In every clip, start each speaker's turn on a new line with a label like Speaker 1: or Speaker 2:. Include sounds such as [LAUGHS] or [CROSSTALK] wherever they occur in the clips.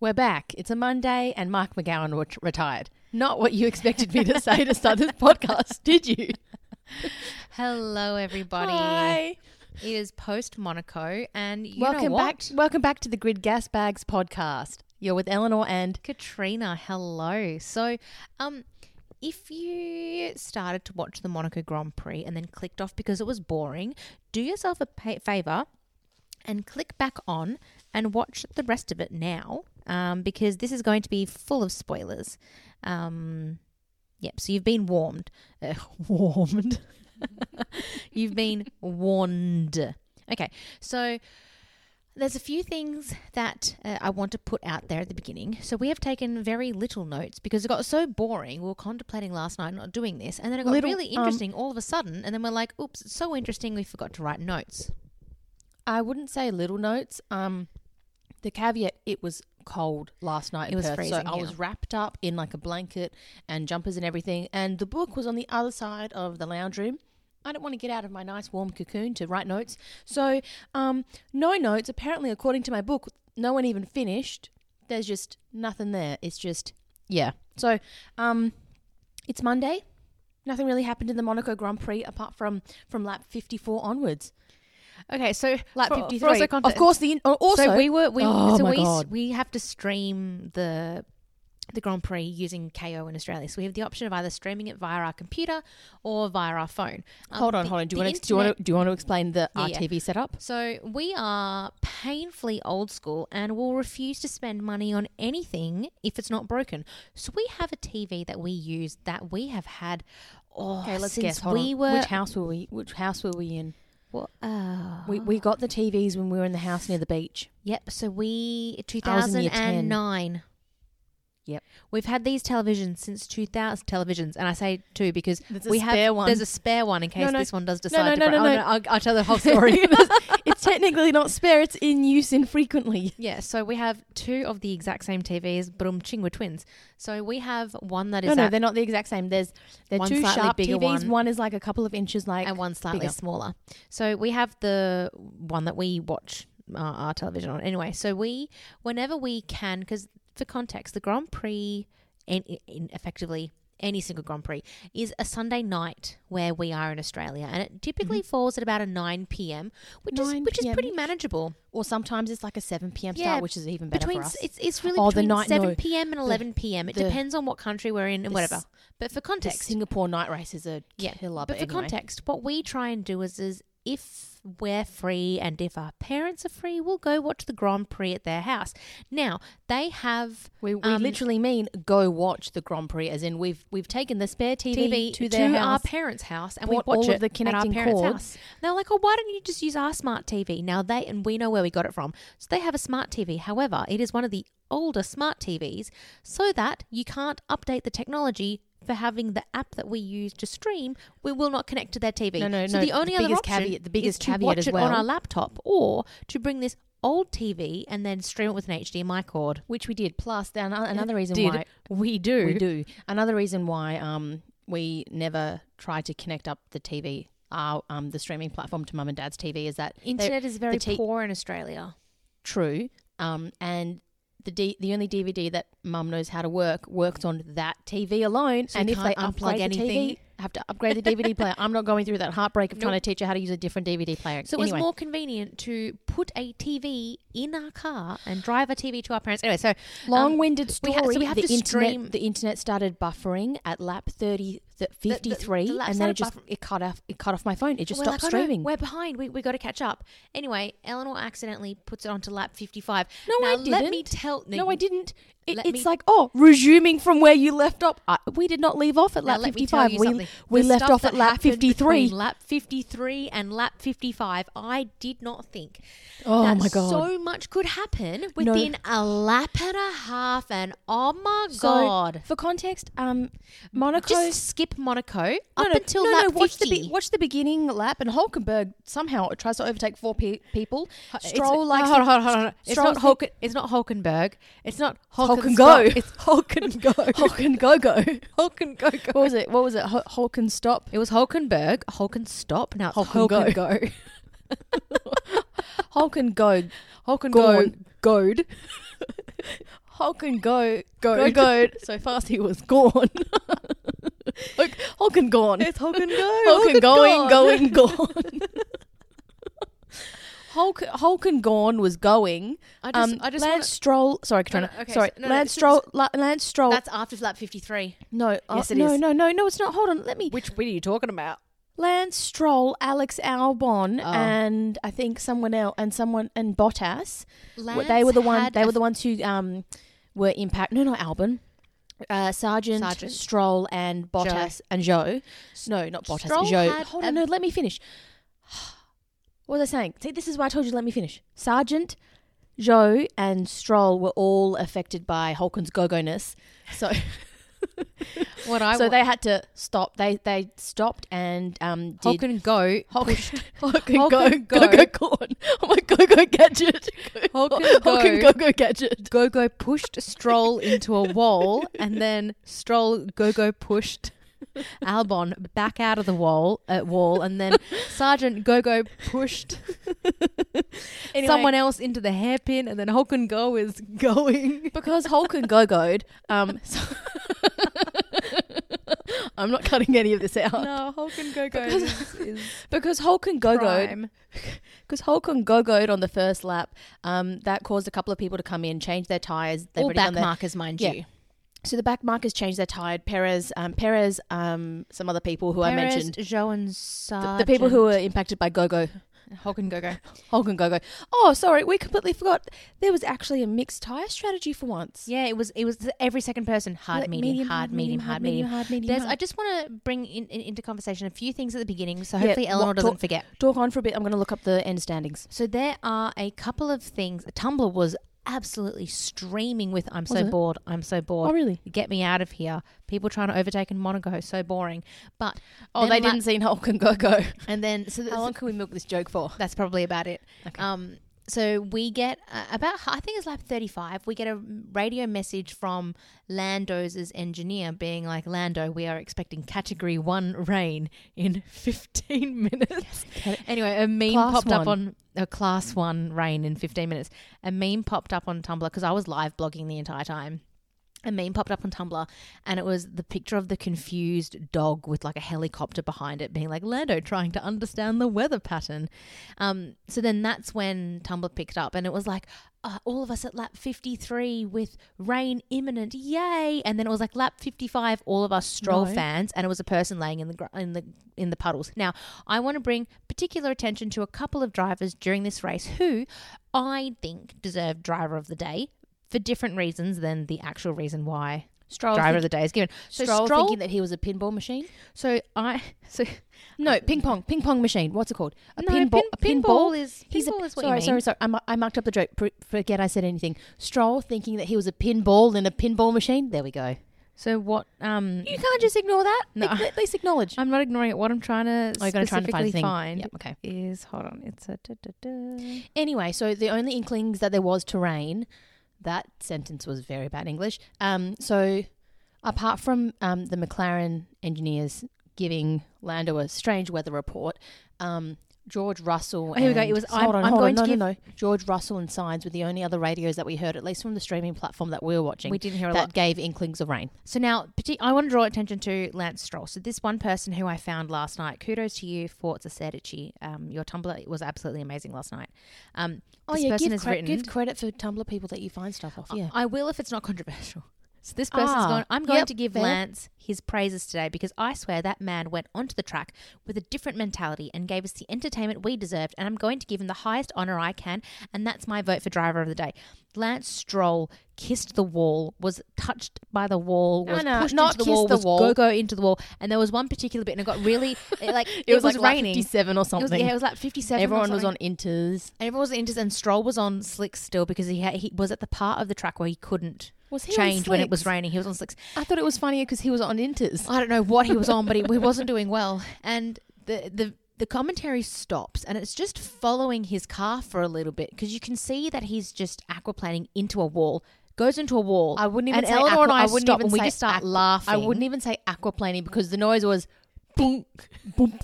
Speaker 1: We're back. It's a Monday, and Mark McGowan ret- retired. Not what you expected me to say to start this podcast, did you?
Speaker 2: Hello, everybody.
Speaker 1: Hi.
Speaker 2: It is post Monaco, and you
Speaker 1: Welcome
Speaker 2: know what?
Speaker 1: back. Welcome back to the Grid Gas Bags podcast. You're with Eleanor and
Speaker 2: Katrina. Hello. So, um, if you started to watch the Monaco Grand Prix and then clicked off because it was boring, do yourself a pa- favor and click back on and watch the rest of it now, um, because this is going to be full of spoilers. Um, yep. So you've been warned. Uh, [LAUGHS] warmed. [LAUGHS] You've been warned. Okay, so there's a few things that uh, I want to put out there at the beginning. So we have taken very little notes because it got so boring. We were contemplating last night not doing this, and then it got
Speaker 1: Little,
Speaker 2: really
Speaker 1: um,
Speaker 2: interesting all of a sudden. And then we're like, "Oops, it's so interesting, we forgot to write notes."
Speaker 1: I wouldn't say little notes. Um, the caveat: it was cold last night. in
Speaker 2: It was
Speaker 1: Perth,
Speaker 2: freezing,
Speaker 1: so I
Speaker 2: yeah.
Speaker 1: was wrapped up in like a blanket and jumpers and everything. And the book was on the other side of the lounge room. I didn't want to get out of my nice warm cocoon to write notes. So, um, no notes. Apparently, according to my book, no one even finished. There's just nothing there. It's just yeah. So, um, it's Monday. Nothing really happened in the Monaco Grand Prix apart from from lap 54 onwards.
Speaker 2: Okay, so
Speaker 1: Like
Speaker 2: for- for
Speaker 1: 53.
Speaker 2: also
Speaker 1: of
Speaker 2: context-
Speaker 1: course, the
Speaker 2: uh,
Speaker 1: in- also
Speaker 2: so we were we
Speaker 1: Oh
Speaker 2: so
Speaker 1: my
Speaker 2: we s-
Speaker 1: God.
Speaker 2: we have to stream the the Grand Prix using KO in Australia. So we have the option of either streaming it via our computer or via our phone. Um,
Speaker 1: hold on,
Speaker 2: the-
Speaker 1: hold on. Do you
Speaker 2: the
Speaker 1: want to do you
Speaker 2: internet-
Speaker 1: want to do you want to explain the
Speaker 2: Yeah, yeah.
Speaker 1: RTV setup?
Speaker 2: So we are painfully old school and will refuse to spend money on anything if it's not broken. So we have a TV that we use that we have had. Oh,
Speaker 1: Okay, let's
Speaker 2: since
Speaker 1: guess. Hold
Speaker 2: we
Speaker 1: on.
Speaker 2: were
Speaker 1: which house were we? Which house were we in?
Speaker 2: well, uh,
Speaker 1: We we got the TVs when we were in the house near the beach.
Speaker 2: Yep. So we
Speaker 1: I was in year 10.
Speaker 2: 2009.
Speaker 1: Yep.
Speaker 2: We've had these televisions since 2000 televisions, and I say two because
Speaker 1: There's a
Speaker 2: we have
Speaker 1: spare one.
Speaker 2: there's a spare one in case
Speaker 1: no.
Speaker 2: this one does
Speaker 1: No,
Speaker 2: decide
Speaker 1: no,
Speaker 2: to
Speaker 1: no,
Speaker 2: break.
Speaker 1: no,
Speaker 2: oh,
Speaker 1: no.
Speaker 2: I'll, I'll tell the
Speaker 1: [LAUGHS]
Speaker 2: whole story. [LAUGHS]
Speaker 1: it's technically not spare. It's in use infrequently.
Speaker 2: yeah. So we have two of the exact same TVs, but um, ching, we're twins. So we have one that is
Speaker 1: No, no,
Speaker 2: at-
Speaker 1: they're not the exact same. There's they're
Speaker 2: One
Speaker 1: two
Speaker 2: slightly
Speaker 1: sharp
Speaker 2: bigger
Speaker 1: TVs. One.
Speaker 2: one.
Speaker 1: is like a couple of inches like.
Speaker 2: and one slightly
Speaker 1: bigger.
Speaker 2: smaller. So we have the one that we watch uh, our television on. Anyway, so we, whenever we can, because for context, the Grand Prix, in, in effectively any single Grand Prix, is a Sunday night where we are in Australia, and it typically
Speaker 1: Mm-hmm.
Speaker 2: falls at about a nine p.m., which
Speaker 1: 9
Speaker 2: is which
Speaker 1: PM
Speaker 2: is pretty manageable.
Speaker 1: or sometimes it's like a seven p.m.
Speaker 2: Yeah,
Speaker 1: start, which is even better
Speaker 2: Between
Speaker 1: for us.
Speaker 2: it's it's really
Speaker 1: Oh, the
Speaker 2: between
Speaker 1: night-
Speaker 2: seven
Speaker 1: no.
Speaker 2: p.m. and eleven p.m. It
Speaker 1: the-
Speaker 2: depends on what country we're in and
Speaker 1: the
Speaker 2: whatever.
Speaker 1: s-
Speaker 2: But for
Speaker 1: The
Speaker 2: context,
Speaker 1: Singapore night races are
Speaker 2: Yeah,
Speaker 1: killer.
Speaker 2: but for
Speaker 1: anyway.
Speaker 2: context, what we try and do is, is if we're free and if our parents are free, we'll go watch the Grand Prix at their house. Now they have
Speaker 1: We, we
Speaker 2: um,
Speaker 1: literally mean go watch the Grand Prix, as in we've we've taken the spare TV,
Speaker 2: TV
Speaker 1: to their
Speaker 2: our
Speaker 1: house.
Speaker 2: parents' house, and
Speaker 1: bought
Speaker 2: we watch
Speaker 1: all of
Speaker 2: it
Speaker 1: the connecting
Speaker 2: at our parents'
Speaker 1: cords.
Speaker 2: house. They're like, "Oh, why don't you just use our smart TV?" Now they and we know where we got it from, so they have a smart TV. However, it is one of the older smart TVs, so that you can't update the technology. For having the app that we use to stream, we will not connect to their TV.
Speaker 1: No, no,
Speaker 2: so
Speaker 1: no,
Speaker 2: The only
Speaker 1: the
Speaker 2: other
Speaker 1: biggest
Speaker 2: option
Speaker 1: caveat- the biggest
Speaker 2: is
Speaker 1: caveat
Speaker 2: to watch
Speaker 1: as
Speaker 2: it on
Speaker 1: well.
Speaker 2: our laptop, or to bring this old TV and then stream it with an HDMI cord.
Speaker 1: which we did. Plus, then ano- another reason
Speaker 2: Did
Speaker 1: why
Speaker 2: we do?
Speaker 1: we do another reason why um we never try to connect up the TV, our um the streaming platform to mum and dad's TV is that they're-
Speaker 2: Internet is very
Speaker 1: te-
Speaker 2: poor in Australia.
Speaker 1: true. Um and the D, the only DVD that mum knows how to work works on that TV alone.
Speaker 2: So you
Speaker 1: and if they
Speaker 2: can't
Speaker 1: upgrade
Speaker 2: unplug
Speaker 1: the
Speaker 2: anything?
Speaker 1: TV, have to upgrade the DVD player. I'm not going through that heartbreak of trying to teach her how to use a different DVD player.
Speaker 2: So it
Speaker 1: Anyway.
Speaker 2: was more convenient to put a TV in our car and drive a TV to our parents. Anyway, so um,
Speaker 1: Long-winded
Speaker 2: we
Speaker 1: story.
Speaker 2: ha- so we have
Speaker 1: the
Speaker 2: to
Speaker 1: internet,
Speaker 2: stream-
Speaker 1: The internet started buffering at lap 30, th- 53,
Speaker 2: the lap
Speaker 1: and then it
Speaker 2: started
Speaker 1: just
Speaker 2: buffer-
Speaker 1: it cut off. It cut off my phone. It just
Speaker 2: we're
Speaker 1: stopped
Speaker 2: like, "Oh no,
Speaker 1: streaming.
Speaker 2: we're behind. We we got to catch up. Anyway, Eleanor accidentally puts it onto lap fifty-five.
Speaker 1: No,
Speaker 2: now,
Speaker 1: I
Speaker 2: Let me
Speaker 1: didn't.
Speaker 2: tell.
Speaker 1: no, I didn't. It,
Speaker 2: Let
Speaker 1: it's
Speaker 2: me-
Speaker 1: like oh, resuming from where you left off. I, we did not leave off at
Speaker 2: Now
Speaker 1: lap
Speaker 2: let me tell
Speaker 1: fifty-five.
Speaker 2: you
Speaker 1: We
Speaker 2: something.
Speaker 1: we
Speaker 2: The
Speaker 1: left
Speaker 2: stuff
Speaker 1: off
Speaker 2: that
Speaker 1: at lap
Speaker 2: happened between
Speaker 1: fifty-three.
Speaker 2: Lap fifty-three and lap fifty-five. I did not think.
Speaker 1: Oh
Speaker 2: that
Speaker 1: my god!
Speaker 2: So much could happen within a lap and a half, and oh my
Speaker 1: So,
Speaker 2: god!
Speaker 1: for context, um, Monaco.
Speaker 2: Just skip Monaco up until
Speaker 1: no,
Speaker 2: lap
Speaker 1: no, watch
Speaker 2: fifty.
Speaker 1: The, be- watch the beginning lap, and Hulkenberg somehow tries to overtake four pe- people.
Speaker 2: It's-
Speaker 1: Stroll like [LAUGHS]
Speaker 2: hold on, hold on, hold on. It's
Speaker 1: Stroll's [LAUGHS]
Speaker 2: not Hulk. It's not Hulkenberg. It's not
Speaker 1: Hulk
Speaker 2: Hulken
Speaker 1: and go.
Speaker 2: Stop.
Speaker 1: [LAUGHS]
Speaker 2: It's Hulken Go.
Speaker 1: Hulken go go.
Speaker 2: Hulken Go Go.
Speaker 1: What was it? What was it? Hul- Hulken stop.
Speaker 2: It was Hulkenberg. Hulken Stop. Now it's
Speaker 1: Hulken
Speaker 2: Hulken,
Speaker 1: Go.
Speaker 2: Go.
Speaker 1: [LAUGHS] Hulken go.
Speaker 2: Hulken
Speaker 1: Go.
Speaker 2: Go.
Speaker 1: Goad. Hulk and go, go, go. So fast he was gone. Hulk, Hulk and gone.
Speaker 2: It's [LAUGHS] Hulk and go.
Speaker 1: Hulk, and going,
Speaker 2: gone.
Speaker 1: going, gone. Hulk, Hulk and gone was going.
Speaker 2: I just,
Speaker 1: um,
Speaker 2: I just
Speaker 1: Lance
Speaker 2: wanna-
Speaker 1: Stroll. Sorry, Katrina.
Speaker 2: no, okay,
Speaker 1: sorry,
Speaker 2: so- no, no,
Speaker 1: Lance
Speaker 2: so-
Speaker 1: Stroll. La- Lance Stroll.
Speaker 2: That's after lap 53.
Speaker 1: no, uh,
Speaker 2: Yes, it
Speaker 1: no,
Speaker 2: is.
Speaker 1: no, no, no. It's not. Hold on. Let me.
Speaker 2: Which bit are you talking about?
Speaker 1: Lance Stroll, Alex Albon,
Speaker 2: Oh.
Speaker 1: and I think someone else, and someone and Bottas.
Speaker 2: Lance
Speaker 1: they were the one.
Speaker 2: had
Speaker 1: They
Speaker 2: a
Speaker 1: were the ones who um were impact. No, not Albon. Uh, Sergeant,
Speaker 2: Sargent.
Speaker 1: Stroll, and Bottas and Joe. No, not Bottas.
Speaker 2: Stroll
Speaker 1: Joe.
Speaker 2: had
Speaker 1: Hold
Speaker 2: a-
Speaker 1: on. No, let me finish. What was I saying? See, this is why I told you. Let me finish. Sergeant, Joe, and Stroll were all affected by Holken's go ness. So.
Speaker 2: What I
Speaker 1: so
Speaker 2: so
Speaker 1: they had to stop. They they stopped and um did
Speaker 2: Hulk and go.
Speaker 1: Hulk, [LAUGHS] Hulk and
Speaker 2: Hulk
Speaker 1: go,
Speaker 2: and
Speaker 1: go,
Speaker 2: go.
Speaker 1: go, corn. [LAUGHS] Oh my go, go gadget.
Speaker 2: Hulk and
Speaker 1: Hulk and
Speaker 2: go.
Speaker 1: go, go gadget.
Speaker 2: Go go pushed Stroll into a wall, and then Stroll go go pushed Albon back out of the wall uh, wall, and then Sergeant go go pushed
Speaker 1: [LAUGHS]
Speaker 2: someone
Speaker 1: Someone
Speaker 2: else into the hairpin, and then Hulk and go is going.
Speaker 1: because Hulk and go go'd. Um, [LAUGHS]
Speaker 2: [LAUGHS]
Speaker 1: so I'm not cutting any of this out
Speaker 2: No, Hulk and go go
Speaker 1: Because-
Speaker 2: is, is
Speaker 1: because Hulk and go go'd. [LAUGHS]
Speaker 2: prime.
Speaker 1: Because Hulk and go go'd on the first lap. Um, that caused a couple of people to come in, change their tires. They've
Speaker 2: [LAUGHS] All
Speaker 1: already done
Speaker 2: back
Speaker 1: their
Speaker 2: markers, mind
Speaker 1: Yeah.
Speaker 2: you.
Speaker 1: So the back markers changed their tire. Perez, um, Perez, um, some other people who I
Speaker 2: Perez,
Speaker 1: mentioned.
Speaker 2: Joe and
Speaker 1: The,
Speaker 2: Sargent.
Speaker 1: the people who were impacted by go go.
Speaker 2: Hulk and go go.
Speaker 1: Hulk and Gogo. Oh, sorry, we completely forgot. There was actually a mixed tire strategy for once.
Speaker 2: Yeah, it was. It was every second person hard,
Speaker 1: Like
Speaker 2: medium, hard, medium, hard, medium.
Speaker 1: hard, medium.
Speaker 2: There's,
Speaker 1: hard.
Speaker 2: I just want to bring in, in, into conversation a few things at the beginning, so
Speaker 1: Yeah,
Speaker 2: hopefully
Speaker 1: what-
Speaker 2: Eleanor doesn't
Speaker 1: talk-
Speaker 2: forget.
Speaker 1: Talk on for a bit. I'm going to look up the end standings.
Speaker 2: So there are a couple of things. Tumblr was absolutely streaming with "I'm so
Speaker 1: Was it?
Speaker 2: bored, I'm so bored,
Speaker 1: Oh, really?
Speaker 2: get me out of here." People trying to overtake in Monaco, so boring. But
Speaker 1: Oh,
Speaker 2: then
Speaker 1: they
Speaker 2: la-
Speaker 1: didn't see Hulk and Gogo.
Speaker 2: And then so th-
Speaker 1: How long can we milk this joke for?
Speaker 2: that's probably about it.
Speaker 1: Okay.
Speaker 2: Um, so we get uh, about I think it's lap thirty five. We get a radio message from Lando's engineer being like, "Lando, we are expecting Category One rain in fifteen [LAUGHS] minutes." Anyway, a meme
Speaker 1: Class
Speaker 2: popped up
Speaker 1: one.
Speaker 2: on a Class One rain in fifteen minutes. A meme popped up on Tumblr because I was live blogging the entire time. A meme popped up on Tumblr, and it was the picture of the confused dog with like a helicopter behind it, being like Lando trying to understand the weather pattern. Um, so then that's when Tumblr picked up, and it was like uh, all of us at lap 53 with rain imminent, yay! And then it was like lap 55, all of us stroll
Speaker 1: No.
Speaker 2: fans, and it was a person laying in the gr- in the in the puddles. Now I want to bring particular attention to a couple of drivers during this race who I think deserve driver of the day. For different reasons than the actual reason why
Speaker 1: Stroll,
Speaker 2: driver of the day is given. So
Speaker 1: Stroll,
Speaker 2: Stroll,
Speaker 1: thinking that he was a pinball machine.
Speaker 2: so I so
Speaker 1: No, ping pong, ping pong machine. What's it called? A
Speaker 2: No,
Speaker 1: pinball.
Speaker 2: pin-
Speaker 1: a pinball.
Speaker 2: pinball is-
Speaker 1: He's a,
Speaker 2: pinball is what you
Speaker 1: sorry,
Speaker 2: mean.
Speaker 1: sorry, sorry. I, mu- I marked up the joke. Pr- forget I said anything. Stroll thinking that he was a pinball in a pinball machine. There we go.
Speaker 2: so what um
Speaker 1: You can't just ignore that.
Speaker 2: No.
Speaker 1: At- At least acknowledge.
Speaker 2: I'm not ignoring it. What I'm trying to
Speaker 1: Oh, you're gonna try and find
Speaker 2: specifically
Speaker 1: the thing.
Speaker 2: find,
Speaker 1: Yep, okay.
Speaker 2: is hold on. It's a da, da, da.
Speaker 1: Anyway, so the only inklings that there was to rain, that sentence was very bad English. Um, so apart from um, the McLaren engineers giving Lando a strange weather report, um, George Russell.
Speaker 2: Oh, here we go.
Speaker 1: and-
Speaker 2: It was,
Speaker 1: Hold
Speaker 2: I'm-
Speaker 1: on,
Speaker 2: I'm
Speaker 1: hold on.
Speaker 2: going
Speaker 1: no,
Speaker 2: to
Speaker 1: no, no. George Russell and signs were the only other radios that we heard, at least from the streaming platform that we were watching.
Speaker 2: We didn't hear a
Speaker 1: that
Speaker 2: lot.
Speaker 1: gave inklings of rain.
Speaker 2: So now, parti- I want to draw attention to Lance Stroll. So this one person who I found last night. Kudos to you, Forza Sedici. Um, your Tumblr was absolutely amazing last night. Um, this person
Speaker 1: give,
Speaker 2: has
Speaker 1: cre-
Speaker 2: written.
Speaker 1: give credit for Tumblr people that you find stuff off. Yeah,
Speaker 2: I will if it's not [LAUGHS] controversial. So this person's
Speaker 1: Ah,
Speaker 2: going. I'm going
Speaker 1: yep,
Speaker 2: to give
Speaker 1: fair.
Speaker 2: Lance his praises today because I swear that man went onto the track with a different mentality and gave us the entertainment we deserved. And I'm going to give him the highest honor I can, and that's my vote for driver of the day. Lance Stroll kissed the wall, was touched by the wall,
Speaker 1: No,
Speaker 2: was
Speaker 1: no,
Speaker 2: pushed
Speaker 1: not
Speaker 2: into the
Speaker 1: kiss
Speaker 2: wall,
Speaker 1: the
Speaker 2: was
Speaker 1: wall.
Speaker 2: go go into the wall. And there was one particular bit, and it got really it, [LAUGHS] like it, was, raining.
Speaker 1: fifty-seven or
Speaker 2: it was,
Speaker 1: something.
Speaker 2: yeah, it was like 57. or
Speaker 1: Everyone was
Speaker 2: something.
Speaker 1: on inters.
Speaker 2: And everyone was in and Stroll was on slicks still because he had, he was at the part of the track where he couldn't
Speaker 1: Was he on
Speaker 2: change when it was
Speaker 1: slicks?
Speaker 2: raining. He was on slicks.
Speaker 1: I thought it was funnier because he was on inters.
Speaker 2: I don't know what he was on, but he, he wasn't doing well. And the the the commentary stops and it's just following his car for a little bit because you can see that he's just aquaplaning into a wall, goes into a wall.
Speaker 1: I wouldn't even
Speaker 2: and
Speaker 1: say
Speaker 2: Eleanor
Speaker 1: aqua-
Speaker 2: and I,
Speaker 1: wouldn't
Speaker 2: stop
Speaker 1: even
Speaker 2: and we
Speaker 1: say
Speaker 2: just start
Speaker 1: aqua-
Speaker 2: laughing.
Speaker 1: I wouldn't even say aquaplaning because the noise was boom, boom.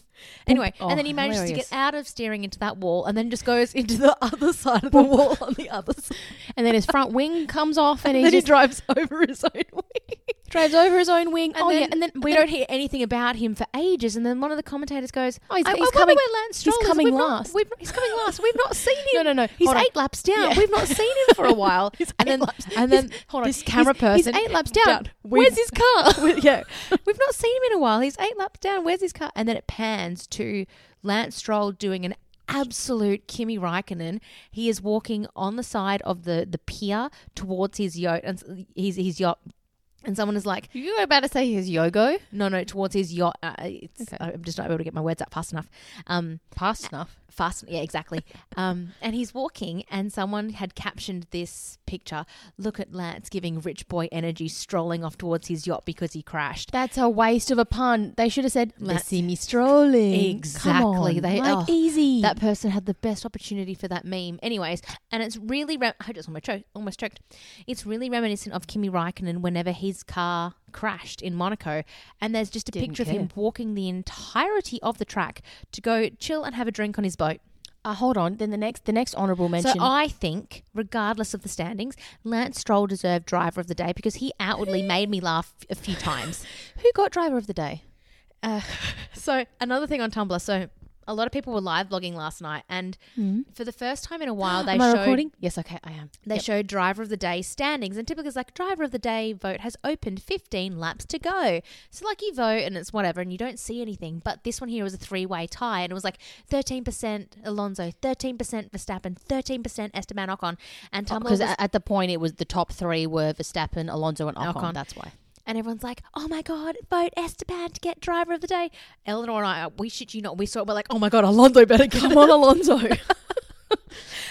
Speaker 2: Anyway,
Speaker 1: Oh,
Speaker 2: and then he manages
Speaker 1: hilarious.
Speaker 2: to get out of steering into that wall and then just goes into the [LAUGHS] other side of the wall on the other side.
Speaker 1: And then his [LAUGHS] front wing comes off, and,
Speaker 2: And
Speaker 1: he
Speaker 2: then he
Speaker 1: just
Speaker 2: drives [LAUGHS] over his own wing.
Speaker 1: drives over his own wing.
Speaker 2: And
Speaker 1: oh
Speaker 2: then,
Speaker 1: yeah,
Speaker 2: and then we don't hear anything about him for ages. And then one of the commentators goes,
Speaker 1: Oh, he's-
Speaker 2: I,
Speaker 1: he's
Speaker 2: I wonder
Speaker 1: coming-
Speaker 2: where Lance
Speaker 1: he's
Speaker 2: Stroll is.
Speaker 1: coming
Speaker 2: We've not-
Speaker 1: last."
Speaker 2: we've, he's coming last. We've not [LAUGHS] seen him.
Speaker 1: No, no, no.
Speaker 2: He's
Speaker 1: Hold on.
Speaker 2: eight laps down.
Speaker 1: Yeah.
Speaker 2: We've not seen him [LAUGHS] for a while.
Speaker 1: He's
Speaker 2: and
Speaker 1: eight
Speaker 2: then,
Speaker 1: laps-
Speaker 2: and then
Speaker 1: he's- hold on.
Speaker 2: this camera
Speaker 1: He's- he's
Speaker 2: person.
Speaker 1: eight laps down. We've-
Speaker 2: Where's his [LAUGHS] car?
Speaker 1: We- yeah.
Speaker 2: We've not seen him in a while. He's eight laps down. Where's his car? And then it pans to Lance Stroll doing an absolute Kimi Raikkonen. He is walking on the side of the the pier towards his yacht and s- his his yacht. And someone is like,
Speaker 1: You were about to say his yogo.
Speaker 2: no, no, towards his yacht. Uh, it's,
Speaker 1: Okay.
Speaker 2: I'm just not able to get my words out fast enough. Um,
Speaker 1: Past enough.
Speaker 2: fast, yeah, exactly. [LAUGHS] um, and he's walking, and someone had captioned this picture. Look at Lance giving rich boy energy, strolling off towards his yacht because he crashed.
Speaker 1: That's a waste of a pun. They should have said,
Speaker 2: Let's-
Speaker 1: "Let's see me strolling."
Speaker 2: Exactly.
Speaker 1: Come on,
Speaker 2: They-
Speaker 1: like
Speaker 2: oh,
Speaker 1: easy.
Speaker 2: That person had the best opportunity for that meme. Anyways, and it's really, rem- I just almost choked, almost choked. It's really reminiscent of Kimi Raikkonen whenever his car crashed in Monaco. And there's just a
Speaker 1: Didn't
Speaker 2: picture of
Speaker 1: care.
Speaker 2: him walking the entirety of the track to go chill and have a drink on his boat.
Speaker 1: uh, hold on. Then the next, the next honourable mention.
Speaker 2: So I think, regardless of the standings, Lance Stroll deserved driver of the day because he outwardly made me laugh a
Speaker 1: [LAUGHS]
Speaker 2: few times.
Speaker 1: Who got driver of the day?
Speaker 2: Uh, so another thing on Tumblr. So a lot of people were live blogging last night, and
Speaker 1: Hmm?
Speaker 2: for the first time in
Speaker 1: [GASPS]
Speaker 2: a while, they
Speaker 1: Am I
Speaker 2: showed
Speaker 1: recording? Yes. Okay, I am.
Speaker 2: they
Speaker 1: Yep.
Speaker 2: showed driver of the day standings, and typically it's like driver of the day vote has opened, fifteen laps to go. So like you vote and it's whatever, and you don't see anything. But this one here was a three way tie, and it was like thirteen percent Alonso, thirteen percent Verstappen, thirteen percent Esteban Ocon, and Tumblr
Speaker 1: because
Speaker 2: was-
Speaker 1: at the point it was the top three were Verstappen, Alonso, and Ocon.
Speaker 2: Ocon.
Speaker 1: That's why.
Speaker 2: And everyone's like, "Oh my god, vote Esteban to get driver of the day." Eleanor and I, uh, we shit you not, we saw it. We're like, "Oh my god, Alonso better get
Speaker 1: [LAUGHS] Come on, Alonso.
Speaker 2: [LAUGHS]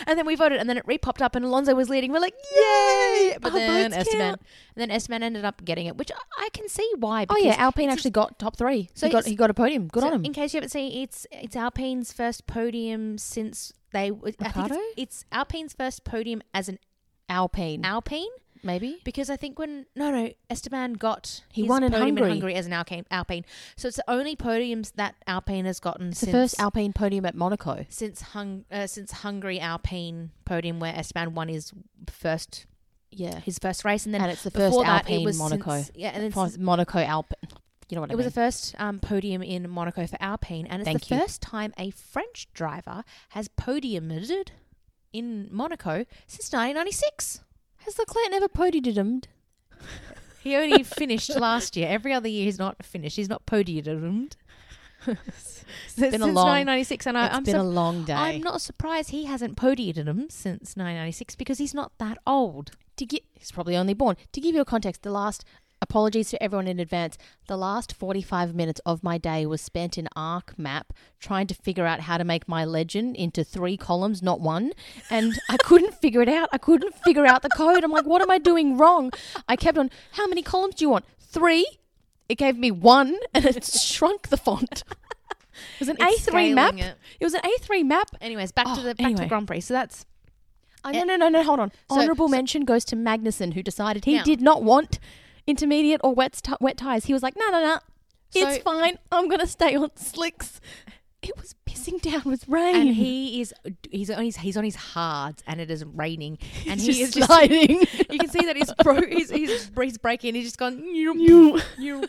Speaker 2: and then we voted, and then it re-popped up, and Alonso was leading. We're like, "Yay!" But
Speaker 1: Our
Speaker 2: then
Speaker 1: votes
Speaker 2: Esteban,
Speaker 1: count.
Speaker 2: and then Esteban ended up getting it, which I- I can see why.
Speaker 1: oh yeah,
Speaker 2: because
Speaker 1: Alpine
Speaker 2: it's
Speaker 1: actually got top three.
Speaker 2: So
Speaker 1: So he got
Speaker 2: it's-
Speaker 1: he got a podium. Good
Speaker 2: So
Speaker 1: on him.
Speaker 2: In case you haven't seen, it's it's Alpine's first podium since they. w- I think
Speaker 1: Ricardo?
Speaker 2: it's, it's Alpine's first podium as an
Speaker 1: Alpine,
Speaker 2: Alpine
Speaker 1: maybe.
Speaker 2: because I think when no no Esteban got
Speaker 1: He
Speaker 2: his
Speaker 1: won in
Speaker 2: podium
Speaker 1: Hungary.
Speaker 2: as an Alpine, Alpine. So it's the only podiums that Alpine has gotten
Speaker 1: It's the
Speaker 2: since
Speaker 1: first Alpine podium at Monaco.
Speaker 2: since hung uh, since Hungary Alpine podium where Esteban won his first
Speaker 1: Yeah,
Speaker 2: his first race and then
Speaker 1: and it's the first
Speaker 2: before that
Speaker 1: Alpine
Speaker 2: it was
Speaker 1: Monaco.
Speaker 2: since- yeah, and then
Speaker 1: Fo-
Speaker 2: since-
Speaker 1: Monaco Alpine. You know what
Speaker 2: it
Speaker 1: I
Speaker 2: was the
Speaker 1: mean?
Speaker 2: first um, podium in Monaco for Alpine, and it's
Speaker 1: Thank
Speaker 2: the
Speaker 1: you.
Speaker 2: first time a French driver has podiumed in Monaco since 1996.
Speaker 1: Has Leclerc never podiumed?
Speaker 2: He only finished last year. Every other year, he's not finished. He's not podiumed.
Speaker 1: been a
Speaker 2: [LAUGHS] since
Speaker 1: long-
Speaker 2: 1996, and I,
Speaker 1: it's
Speaker 2: I'm
Speaker 1: been
Speaker 2: sur-
Speaker 1: a long day.
Speaker 2: I'm not surprised he hasn't podiumed him since 1996 because he's not that old.
Speaker 1: to gi- he's probably only born. To give you a context, the last apologies to everyone in advance. The last 45 minutes of my day was spent in Arc Map trying to figure out how to make my legend into three columns, not one, and I couldn't figure it out. I couldn't figure out the code. I'm like, what am I doing wrong? I kept on, how many columns do you want? 3. It gave me 1 and
Speaker 2: [LAUGHS]
Speaker 1: it shrunk the font. It was an
Speaker 2: It's
Speaker 1: A3 map.
Speaker 2: scaling
Speaker 1: It.
Speaker 2: it.
Speaker 1: was an A3 map.
Speaker 2: Anyways, back to
Speaker 1: Oh,
Speaker 2: the back
Speaker 1: anyway.
Speaker 2: to Grand Prix. So that's
Speaker 1: Oh, no, no, no, no. Hold on.
Speaker 2: So-
Speaker 1: Honorable
Speaker 2: so-
Speaker 1: mention goes to Magnuson, who decided he
Speaker 2: Now-
Speaker 1: did not want intermediate or wet t- wet tires. He was like, no, no, no. It's
Speaker 2: So-
Speaker 1: fine. I'm gonna stay on slicks. It was pissing down with rain.
Speaker 2: and he is he's on his he's on his hards and it is raining and
Speaker 1: [LAUGHS] He's
Speaker 2: he is
Speaker 1: just
Speaker 2: just
Speaker 1: sliding.
Speaker 2: [LAUGHS] you can see that he's bro he's he's, he's breaking he's just gone
Speaker 1: [LAUGHS] You. [LAUGHS]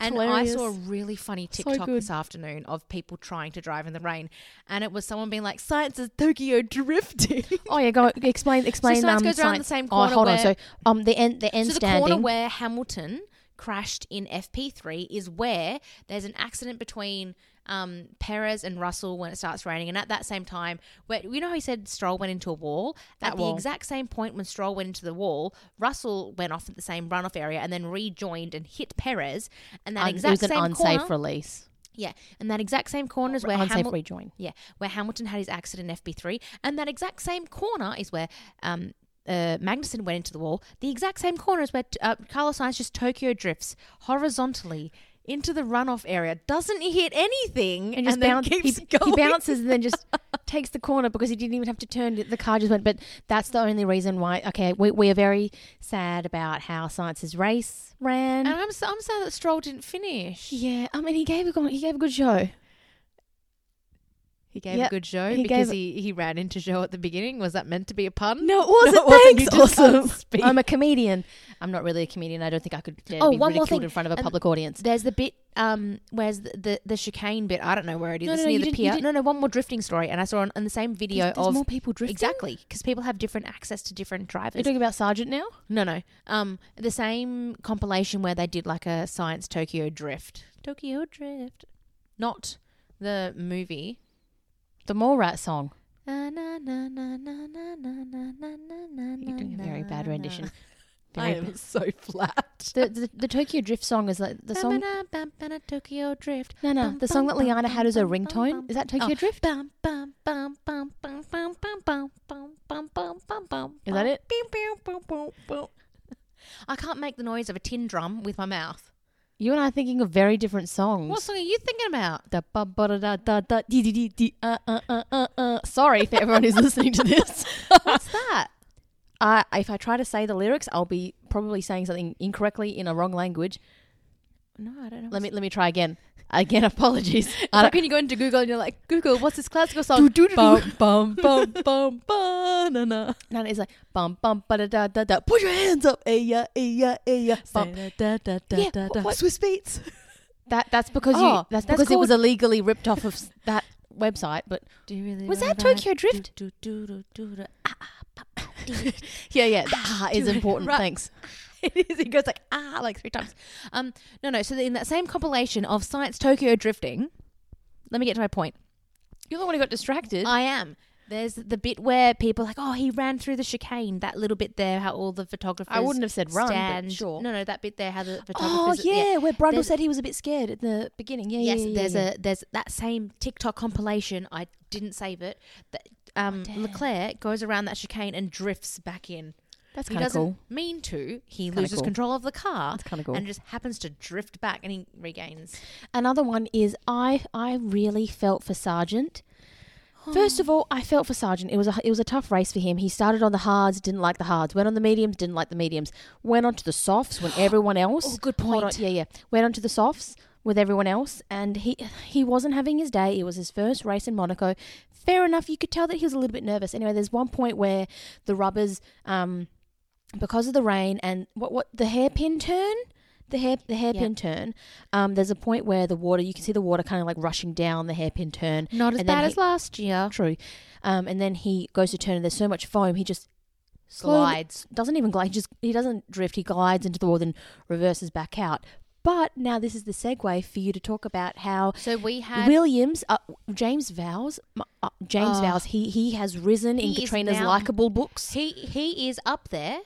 Speaker 2: and I saw a really funny
Speaker 1: So
Speaker 2: TikTok
Speaker 1: good.
Speaker 2: this afternoon of people trying to drive in the rain and it was someone being like science is Tokyo drifting [LAUGHS]
Speaker 1: Oh yeah, go explain. Explain.
Speaker 2: science
Speaker 1: um,
Speaker 2: goes around the same corner
Speaker 1: Oh, hold on.
Speaker 2: where-
Speaker 1: So um, the end. The end
Speaker 2: so the
Speaker 1: standing.
Speaker 2: corner where Hamilton crashed in FP3 is where there's an accident between um, Perez and Russell when it starts raining, and at that same time, where you know how he said Stroll went into a wall.
Speaker 1: That
Speaker 2: at
Speaker 1: wall.
Speaker 2: the exact same point when Stroll went into the wall, Russell went off at the same runoff area and then rejoined and hit Perez. And that
Speaker 1: Um, it
Speaker 2: exact
Speaker 1: was an
Speaker 2: same
Speaker 1: unsafe
Speaker 2: corner,
Speaker 1: release.
Speaker 2: yeah, and that exact same corner is where
Speaker 1: Unsafe
Speaker 2: Hamilton.
Speaker 1: rejoin.
Speaker 2: Yeah, where Hamilton had his accident in FP3, and that exact same corner is where um, uh, Magnussen went into the wall. The exact same corner is where uh, Carlos Sainz just Tokyo drifts horizontally into the runoff area, doesn't hit anything, and,
Speaker 1: and just
Speaker 2: then
Speaker 1: bounce- he-
Speaker 2: keeps
Speaker 1: he,
Speaker 2: going.
Speaker 1: bounces and then just takes the corner because he didn't even have to turn. The car just went. But that's the only reason why. Okay, we, we are very sad about how Science's race ran.
Speaker 2: [LAUGHS] And I'm, s- I'm sad that Stroll didn't finish.
Speaker 1: yeah, I mean he gave a good, he gave a good show.
Speaker 2: He gave
Speaker 1: Yeah,
Speaker 2: a good show
Speaker 1: he
Speaker 2: because
Speaker 1: gave-
Speaker 2: he, he ran into show at the beginning. Was that meant to be a pun?
Speaker 1: [LAUGHS]
Speaker 2: [LAUGHS]
Speaker 1: No, it wasn't.
Speaker 2: it wasn't. You
Speaker 1: Thanks.
Speaker 2: just can't
Speaker 1: Awesome.
Speaker 2: speak. [LAUGHS]
Speaker 1: I'm a comedian. I'm not really a comedian. I don't think I could. Dare
Speaker 2: Oh,
Speaker 1: be
Speaker 2: one more
Speaker 1: ridiculed
Speaker 2: thing.
Speaker 1: in front of a
Speaker 2: And-
Speaker 1: public audience.
Speaker 2: There's the bit, um, where's the, the, the chicane bit? I don't know where it is.
Speaker 1: No,
Speaker 2: it's
Speaker 1: no, no, you
Speaker 2: near the
Speaker 1: didn't- you
Speaker 2: pier.
Speaker 1: didn't-
Speaker 2: No, no, one more drifting story. And I saw on, on the same video
Speaker 1: There's,
Speaker 2: of.
Speaker 1: there's more people drifting.
Speaker 2: Exactly, because people have different access to different
Speaker 1: You're
Speaker 2: drivers.
Speaker 1: talking about Sergeant now.
Speaker 2: No, no. Um, the same compilation where they did like a science Tokyo Drift. Tokyo Drift, not the movie.
Speaker 1: The Mole Rat song.
Speaker 2: You're doing
Speaker 1: You're doing a very bad
Speaker 2: [LAUGHS]
Speaker 1: rendition.
Speaker 2: I
Speaker 1: Very
Speaker 2: am
Speaker 1: [LAUGHS]
Speaker 2: so flat.
Speaker 1: The, the the Tokyo Drift song is like the song.
Speaker 2: Ba-ba-da-bam-ba-da, Tokyo Drift.
Speaker 1: No, no, the song that Liana had as her ringtone. Is that Tokyo
Speaker 2: Oh.
Speaker 1: Drift?
Speaker 2: Bum, bum, bum, bum, bum, bum, bum, bum, bum, bum, bum, bum, bum,
Speaker 1: Is that it?
Speaker 2: bum, bum, bum, bum, bum. I can't make the noise of a tin drum with my mouth.
Speaker 1: You and I are thinking of very different songs.
Speaker 2: What song are you thinking about?
Speaker 1: Da ba ba da da da da dee dee dee dee uh uh uh uh uh. Sorry for everyone who's [LAUGHS] listening to this.
Speaker 2: What's that?
Speaker 1: [LAUGHS] I if I try to say the lyrics, I'll be probably saying something incorrectly in a wrong language.
Speaker 2: No, I don't know.
Speaker 1: Let me let me try again. Again, [LAUGHS] apologies.
Speaker 2: I
Speaker 1: I don't-
Speaker 2: reckon you go into Google and you're like, Google, what's this
Speaker 1: Do
Speaker 2: classical song?
Speaker 1: do do do.
Speaker 2: bum bum bum bum banana.
Speaker 1: No, no, it's like bum bum ba da da da da. Put your hands up, ay ya ay ya ay ya. Bum.
Speaker 2: da, da, da,
Speaker 1: Yeah,
Speaker 2: da,
Speaker 1: wh-
Speaker 2: da.
Speaker 1: what- [LAUGHS]
Speaker 2: Swiss beats.
Speaker 1: That that's because you.
Speaker 2: Oh,
Speaker 1: that's,
Speaker 2: that's
Speaker 1: because it was illegally ripped off of s- that website. But
Speaker 2: Do you really
Speaker 1: [LAUGHS] Was that
Speaker 2: wanna
Speaker 1: Tokyo
Speaker 2: do-
Speaker 1: Drift?
Speaker 2: do- do- do- do- do. [LAUGHS]
Speaker 1: yeah, yeah, the [LAUGHS] ah is
Speaker 2: do it
Speaker 1: important.
Speaker 2: right.
Speaker 1: Thanks.
Speaker 2: It is. It goes like ah, like three times. Um, no, no. So in that same compilation of Science Tokyo Drifting, let me get to my point.
Speaker 1: You're the one who got distracted.
Speaker 2: I am. There's the bit where people are like, oh, he ran through the chicane. That little bit there, how all the photographers.
Speaker 1: I wouldn't have said run, but
Speaker 2: stand.
Speaker 1: sure.
Speaker 2: No, no, that bit there, how the
Speaker 1: Oh
Speaker 2: photographers.
Speaker 1: yeah, where Brundle
Speaker 2: There's-
Speaker 1: said he was a bit scared at the beginning. Yeah,
Speaker 2: yes,
Speaker 1: yeah, yeah,
Speaker 2: there's
Speaker 1: yeah.
Speaker 2: a there's that same TikTok compilation. I didn't save it. That um,
Speaker 1: Oh, damn.
Speaker 2: Leclerc goes around that chicane and drifts back in.
Speaker 1: That's
Speaker 2: he
Speaker 1: kind of
Speaker 2: doesn't
Speaker 1: cool.
Speaker 2: mean to. He
Speaker 1: kinda
Speaker 2: loses
Speaker 1: cool.
Speaker 2: control of the car
Speaker 1: That's kind of cool.
Speaker 2: and just happens to drift back, and he regains.
Speaker 1: Another one is I I really felt for Sargent. First of all, I felt for Sargent. It was a it was a tough race for him. He started on the hards, didn't like the hards. Went on the mediums, didn't like the mediums. Went on to the softs when everyone else.
Speaker 2: Oh, good
Speaker 1: Hold on,
Speaker 2: point.
Speaker 1: yeah, yeah. Went on to the softs with everyone else, and he he wasn't having his day. It was his first race in Monaco. Fair enough. You could tell that he was a little bit nervous. Anyway, there's one point where the rubbers, um, because of the rain and what what the hairpin turn. The hair, the hairpin turn. Um, there's a point where the water, you can see the water kind of like rushing down the hairpin turn.
Speaker 2: Not as
Speaker 1: And then
Speaker 2: bad
Speaker 1: he-
Speaker 2: as last year.
Speaker 1: True. Um, and then he goes to turn, and there's so much foam, he just slowly-
Speaker 2: Slides.
Speaker 1: doesn't even glide. He just he doesn't drift. He glides into the wall, then reverses back out. But now this is the segue for you to talk about how
Speaker 2: So we had.
Speaker 1: Williams, uh, James Vows, m- uh, James
Speaker 2: Oh.
Speaker 1: Vows, he he has risen in
Speaker 2: He is
Speaker 1: Katrina's
Speaker 2: now-
Speaker 1: likable books.
Speaker 2: he he is up there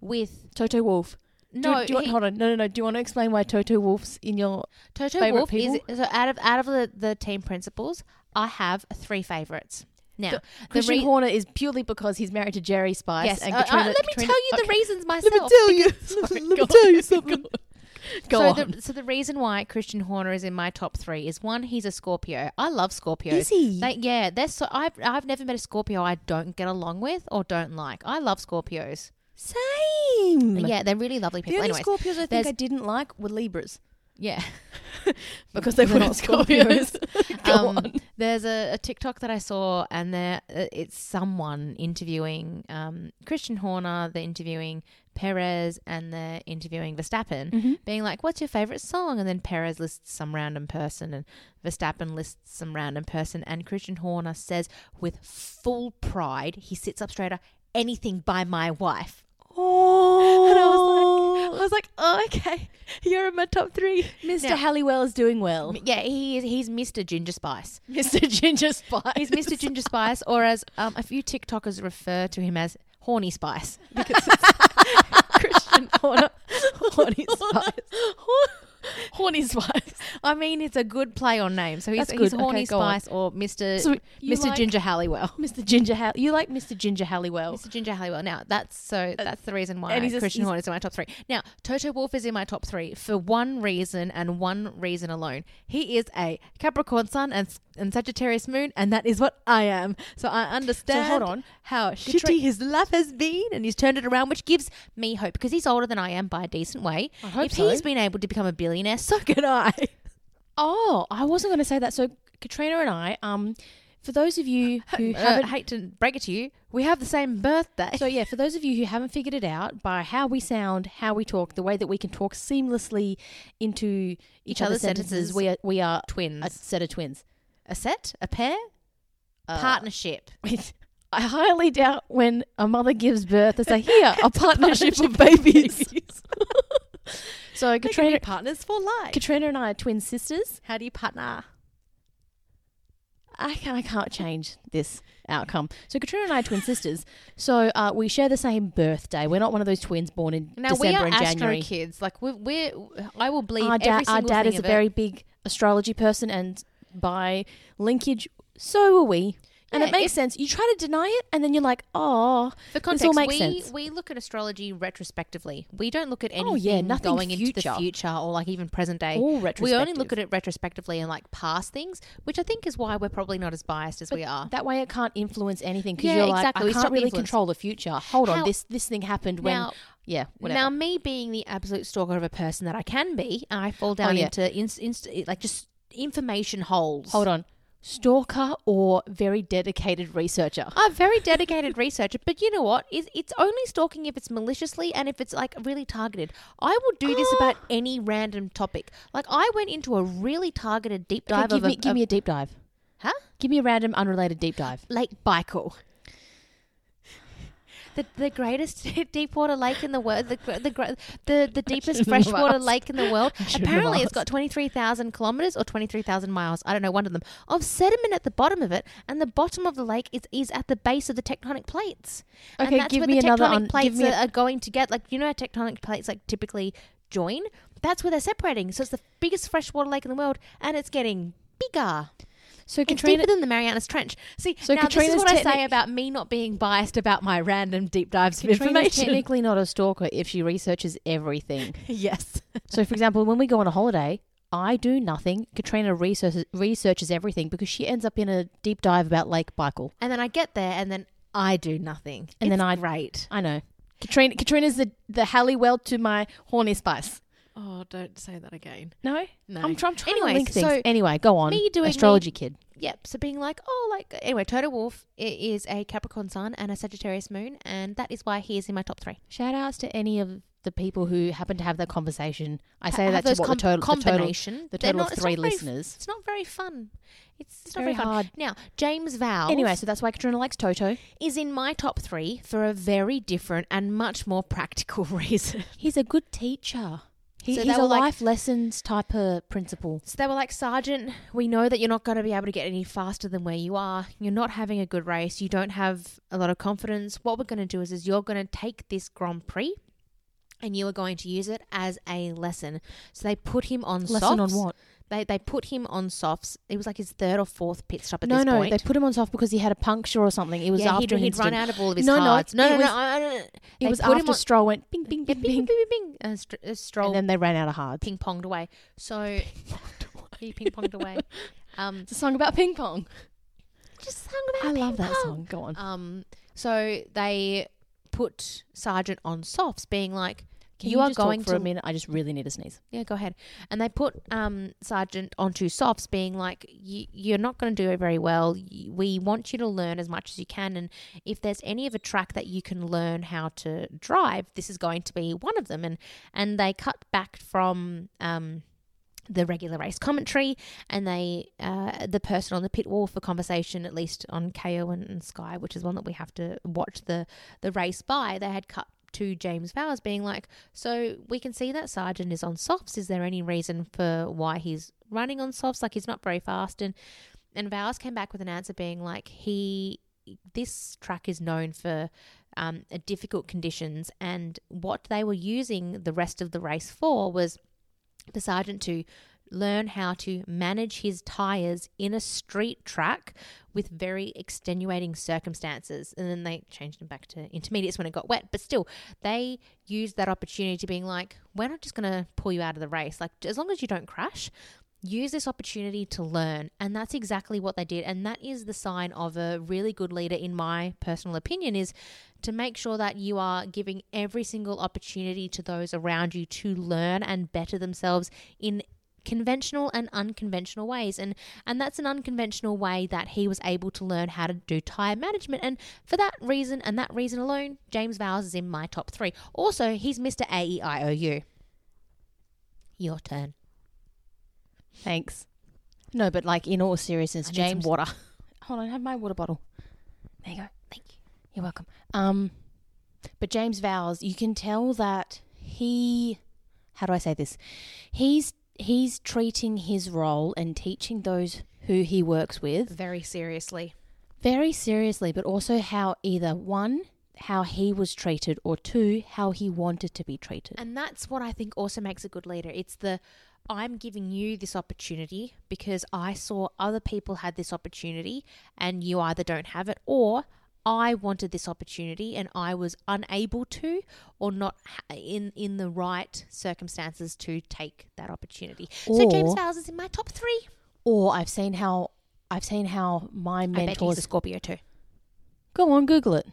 Speaker 2: with
Speaker 1: Toto Wolf. Do you-
Speaker 2: no.
Speaker 1: do you want,
Speaker 2: he-
Speaker 1: hold on. No, no, no. Do you want to explain why Toto Wolf's in your?
Speaker 2: Toto
Speaker 1: favourite
Speaker 2: Wolf is
Speaker 1: people?
Speaker 2: so out of out of the, the team principals. I have three favorites now. the
Speaker 1: Christian
Speaker 2: re-
Speaker 1: Horner is purely because he's married to Jerry Spice.
Speaker 2: Yes,
Speaker 1: and
Speaker 2: uh, uh,
Speaker 1: Katrina,
Speaker 2: let me
Speaker 1: Katrina-
Speaker 2: tell you the
Speaker 1: okay.
Speaker 2: reasons
Speaker 1: [LAUGHS]
Speaker 2: myself.
Speaker 1: Let me tell
Speaker 2: [LAUGHS]
Speaker 1: you. Let me tell you something. Go
Speaker 2: so
Speaker 1: on.
Speaker 2: The, so the reason why Christian Horner is in my top three is one, he's a Scorpio. I love Scorpios.
Speaker 1: Is he?
Speaker 2: They, yeah, they're so. I've I've never met a Scorpio I don't get along with or don't like. I love Scorpios.
Speaker 1: Same.
Speaker 2: Yeah, they're really lovely
Speaker 1: Hmm. The
Speaker 2: people.
Speaker 1: only
Speaker 2: Anyway,
Speaker 1: Scorpios I think
Speaker 2: there's-
Speaker 1: I didn't like were Libras
Speaker 2: yeah.
Speaker 1: because they were
Speaker 2: They're
Speaker 1: not Scorpios. [LAUGHS] Go
Speaker 2: Um,
Speaker 1: on.
Speaker 2: There's a, a TikTok that I saw, and there uh, it's someone interviewing um, Christian Horner. They're interviewing Perez, and they're interviewing Verstappen, being like, "What's your favorite song?" And then Perez lists some random person, and Verstappen lists some random person, and Christian Horner says with full pride, he sits up straighter. Anything by my wife.
Speaker 1: Oh.
Speaker 2: [LAUGHS] And I was like, I was like, oh okay, you're in my top three,
Speaker 1: Mr.
Speaker 2: Now-
Speaker 1: Halliwell is doing well.
Speaker 2: Yeah, he is. He's Mr. Ginger Spice.
Speaker 1: [LAUGHS]
Speaker 2: [LAUGHS]
Speaker 1: Mr. Ginger Spice.
Speaker 2: He's Mr. [LAUGHS] Ginger Spice, or as um, a few TikTokers refer to him as Horny Spice.
Speaker 1: [LAUGHS]
Speaker 2: Because it's Christian Horner. [LAUGHS] Horny Spice.
Speaker 1: Horny Spice.
Speaker 2: I mean it's a good play on name. So he's,
Speaker 1: That's
Speaker 2: he's
Speaker 1: good. Okay,
Speaker 2: Horny
Speaker 1: go on.
Speaker 2: Spice or Mr.
Speaker 1: So Uh, you
Speaker 2: Mr.
Speaker 1: like-
Speaker 2: Ginger Halliwell.
Speaker 1: Mr. Ginger Hall- You like Mr. Ginger Halliwell.
Speaker 2: Mr. Ginger Halliwell. Now that's so that's the reason why
Speaker 1: and he's a-
Speaker 2: Christian
Speaker 1: he's-
Speaker 2: Horner is in my top three. Now Toto Wolf is in my top three for one reason and one reason alone. He is a Capricorn Sun and and Sagittarius Moon, and that is what I am. So I understand.
Speaker 1: on.
Speaker 2: how
Speaker 1: Good
Speaker 2: shitty
Speaker 1: trait-
Speaker 2: his life has been, and he's turned it around, which gives me hope because he's older than I am by a decent way.
Speaker 1: I hope
Speaker 2: if
Speaker 1: so.
Speaker 2: he's been able to become a billionaire, [LAUGHS] so can I.
Speaker 1: Oh, I wasn't going to say that. So Katrina and I, um, for those of you who
Speaker 2: Uh,
Speaker 1: haven't
Speaker 2: hate to break it to you, we have the same birthday.
Speaker 1: So yeah, for those of you who haven't figured it out by how we sound, how we talk, the way that we can talk seamlessly into each, other's,
Speaker 2: other's
Speaker 1: sentences,
Speaker 2: sentences.
Speaker 1: we are we are
Speaker 2: twins,
Speaker 1: a set of twins.
Speaker 2: a set, a pair,
Speaker 1: Uh, [LAUGHS]
Speaker 2: partnership.
Speaker 1: I highly doubt when a mother gives birth, they say, [LAUGHS] "Here, a partnership of babies." [LAUGHS] so Katrina,
Speaker 2: partners for life.
Speaker 1: Katrina and I are twin sisters.
Speaker 2: How do you partner?
Speaker 1: I can't, I can't change this outcome. So Katrina and I are twin sisters. So uh, we share the same birthday. We're not one of those twins born in
Speaker 2: Now
Speaker 1: December
Speaker 2: we are
Speaker 1: and January.
Speaker 2: astro kids. Like we're, we're, I will believe
Speaker 1: our, da-
Speaker 2: every single
Speaker 1: our dad
Speaker 2: thing
Speaker 1: is a
Speaker 2: of it.
Speaker 1: very big astrology person and by linkage so are we and
Speaker 2: Yeah,
Speaker 1: it makes sense you try to deny it and then you're like oh
Speaker 2: For
Speaker 1: This
Speaker 2: context,
Speaker 1: all makes
Speaker 2: we
Speaker 1: sense.
Speaker 2: we look at astrology retrospectively. We don't look at anything
Speaker 1: Oh, yeah, nothing
Speaker 2: going into the
Speaker 1: future.
Speaker 2: future or like even present day.
Speaker 1: all
Speaker 2: We
Speaker 1: retrospective
Speaker 2: only look at it retrospectively and like past things, which I think is why we're probably not as biased as we are.
Speaker 1: that way it can't influence anything because
Speaker 2: Yeah,
Speaker 1: you're like
Speaker 2: exactly. We
Speaker 1: i
Speaker 2: stop
Speaker 1: can't really
Speaker 2: influence.
Speaker 1: control the future hold on
Speaker 2: How-
Speaker 1: this this thing happened when
Speaker 2: Now-
Speaker 1: yeah whatever
Speaker 2: Now, me being the absolute stalker of a person that I can be, I fall down
Speaker 1: yeah.
Speaker 2: into inst- inst- like just information holes.
Speaker 1: hold on stalker or very dedicated researcher
Speaker 2: I'm a very dedicated researcher, but you know what? It's, it's only stalking if it's maliciously and if it's like really targeted. I will do this
Speaker 1: Ah. [GASPS]
Speaker 2: about any random topic. Like I went into a really targeted deep
Speaker 1: Okay,
Speaker 2: dive
Speaker 1: give
Speaker 2: of
Speaker 1: me
Speaker 2: a,
Speaker 1: give
Speaker 2: of-
Speaker 1: me a deep dive
Speaker 2: huh
Speaker 1: give me a random unrelated deep [LAUGHS] dive
Speaker 2: Lake Baikal. The, the greatest [LAUGHS] deep water lake in the world, the gr- the gr- the,
Speaker 1: [LAUGHS]
Speaker 2: the deepest
Speaker 1: shouldn't have
Speaker 2: freshwater
Speaker 1: asked.
Speaker 2: lake in the world.
Speaker 1: I shouldn't have
Speaker 2: Apparently, it's got
Speaker 1: asked.
Speaker 2: twenty three thousand kilometers or twenty three thousand miles. I don't know one of them of sediment at the bottom of it, and the bottom of the lake is, is at the base of the tectonic plates.
Speaker 1: Okay,
Speaker 2: and that's
Speaker 1: give
Speaker 2: where
Speaker 1: me
Speaker 2: the
Speaker 1: another
Speaker 2: tectonic
Speaker 1: un- give
Speaker 2: plates
Speaker 1: me a-
Speaker 2: are, are going to get like you know how tectonic plates like typically join. That's where they're separating. So it's the biggest freshwater lake in the world, and it's getting bigger.
Speaker 1: so
Speaker 2: It's
Speaker 1: katrina [LAUGHS]
Speaker 2: deeper than the Marianas Trench. See,
Speaker 1: So
Speaker 2: now this
Speaker 1: Katrina's
Speaker 2: is what I say
Speaker 1: technic-
Speaker 2: about me not being biased about my random deep dives of
Speaker 1: Katrina's
Speaker 2: information.
Speaker 1: technically not a stalker if she researches everything
Speaker 2: [LAUGHS] yes.
Speaker 1: So, for example, when we go on a holiday, I do nothing. Katrina researches, researches everything because she ends up in a deep dive about Lake Baikal.
Speaker 2: And then I get there, and then I do nothing.
Speaker 1: And then
Speaker 2: It's
Speaker 1: I-
Speaker 2: great.
Speaker 1: I know. Katrina, Katrina's the, the Halliwell to my horny spice.
Speaker 2: Oh, don't say that again.
Speaker 1: No?
Speaker 2: No.
Speaker 1: I'm, tr- I'm trying
Speaker 2: Anyways,
Speaker 1: to link things.
Speaker 2: so
Speaker 1: anyway, go on.
Speaker 2: me doing me-
Speaker 1: Astrology kid.
Speaker 2: Yep. So being like, oh, like anyway, Toto Wolf i- is a Capricorn Sun and a Sagittarius Moon, and that is why he is in my top three.
Speaker 1: Shout outs to any of the people who happen to have that conversation. I say
Speaker 2: Ha-
Speaker 1: that
Speaker 2: have
Speaker 1: to
Speaker 2: those
Speaker 1: what, the
Speaker 2: com-
Speaker 1: total, the total,
Speaker 2: combination.
Speaker 1: the
Speaker 2: They're
Speaker 1: total
Speaker 2: not-
Speaker 1: of
Speaker 2: it's
Speaker 1: three
Speaker 2: not very f-
Speaker 1: listeners.
Speaker 2: It's not very fun. It's, it's not
Speaker 1: Very
Speaker 2: very, fun.
Speaker 1: hard.
Speaker 2: Now, James Vowles.
Speaker 1: Anyway, so that's why Katrina likes Toto.
Speaker 2: is in my top three for a very different and much more practical [LAUGHS] reason.
Speaker 1: He's a good teacher. He,
Speaker 2: So they
Speaker 1: he's a
Speaker 2: were like-
Speaker 1: life lessons type of principal.
Speaker 2: So they were like, Sergeant, we know that you're not going to be able to get any faster than where you are. You're not having a good race. You don't have a lot of confidence. What we're going to do is, is you're going to take this Grand Prix and you are going to use it as a lesson. So they put him on
Speaker 1: Lesson
Speaker 2: softs.
Speaker 1: on what?
Speaker 2: They, they put him on softs. It was like his third or fourth pit stop at
Speaker 1: no,
Speaker 2: this
Speaker 1: no,
Speaker 2: point.
Speaker 1: they put him on soft because he had a puncture or something. It was
Speaker 2: yeah,
Speaker 1: after
Speaker 2: he'd,
Speaker 1: an
Speaker 2: he'd
Speaker 1: incident.
Speaker 2: run out of all of his
Speaker 1: No, no,
Speaker 2: cards. No, no,
Speaker 1: it
Speaker 2: no,
Speaker 1: was-
Speaker 2: I- I- I-
Speaker 1: It
Speaker 2: they
Speaker 1: was
Speaker 2: put him
Speaker 1: after
Speaker 2: on-
Speaker 1: Stroll went bing, bing,
Speaker 2: Yeah,
Speaker 1: bing,
Speaker 2: bing,
Speaker 1: bing,
Speaker 2: bing, bing, bing, bing. Uh, Str- uh, Stroll
Speaker 1: and then they ran out of hard.
Speaker 2: ping ponged away.
Speaker 1: [LAUGHS]
Speaker 2: So he ping ponged away. Um,
Speaker 1: It's a song about ping pong.
Speaker 2: just sang about
Speaker 1: I love that
Speaker 2: ping-pong.
Speaker 1: song. Go on.
Speaker 2: Um, so they put Sergeant on softs, being like,
Speaker 1: Can
Speaker 2: you,
Speaker 1: you,
Speaker 2: are
Speaker 1: just talk
Speaker 2: going
Speaker 1: for a
Speaker 2: to
Speaker 1: minute. I just really need a sneeze.
Speaker 2: yeah, go ahead. And they put um, Sergeant onto softs, being like, "You- you're not going to do it very well. Y- We want you to learn as much as you can. And if there's any of a track that you can learn how to drive, this is going to be one of them. And, and they cut back from. Um, the regular race commentary and they uh, the person on the pit wall for conversation at least on KO and, and Sky which is one that we have to watch the the race by they had cut to James Vowers being like so we can see that Sargent is on softs. Is there any reason for why he's running on softs? Like he's not very fast. And and Vowers came back with an answer being like he this track is known for um, difficult conditions and what they were using the rest of the race for was the sergeant to learn how to manage his tires in a street track with very extenuating circumstances. And then they changed him back to intermediates when it got wet. But still, they used that opportunity to being like, we're not just going to pull you out of the race. Like, as long as you don't crash, use this opportunity to learn. And that's exactly what they did. And that is the sign of a really good leader, in my personal opinion, is to make sure that you are giving every single opportunity to those around you to learn and better themselves in conventional and unconventional ways and and that's an unconventional way that he was able to learn how to do tire management and for that reason and that reason alone James Vowles is in my top 3 also he's E Mr AEIOU your turn
Speaker 1: Thanks. No, but like in all seriousness,
Speaker 2: I need some
Speaker 1: James. Water. [LAUGHS] Hold on, I have my water bottle. There you go. Thank you. You're welcome. Um, but James Vowles, you can tell that he, how do I say this? He's he's treating his role and teaching those who he works with
Speaker 2: very seriously
Speaker 1: very seriously, but also how either one, how he was treated, or two, how he wanted to be treated.
Speaker 2: And that's what I think also makes a good leader. It's the I'm giving you this opportunity because I saw other people had this opportunity and you either don't have it or I wanted this opportunity and I was unable to or not ha- in in the right circumstances to take that opportunity. so James
Speaker 1: Or-
Speaker 2: Vowles is in my top 3.
Speaker 1: Or I've seen how I've seen how my
Speaker 2: I bet he's a
Speaker 1: mentors
Speaker 2: Scorpio too.
Speaker 1: go on Google it.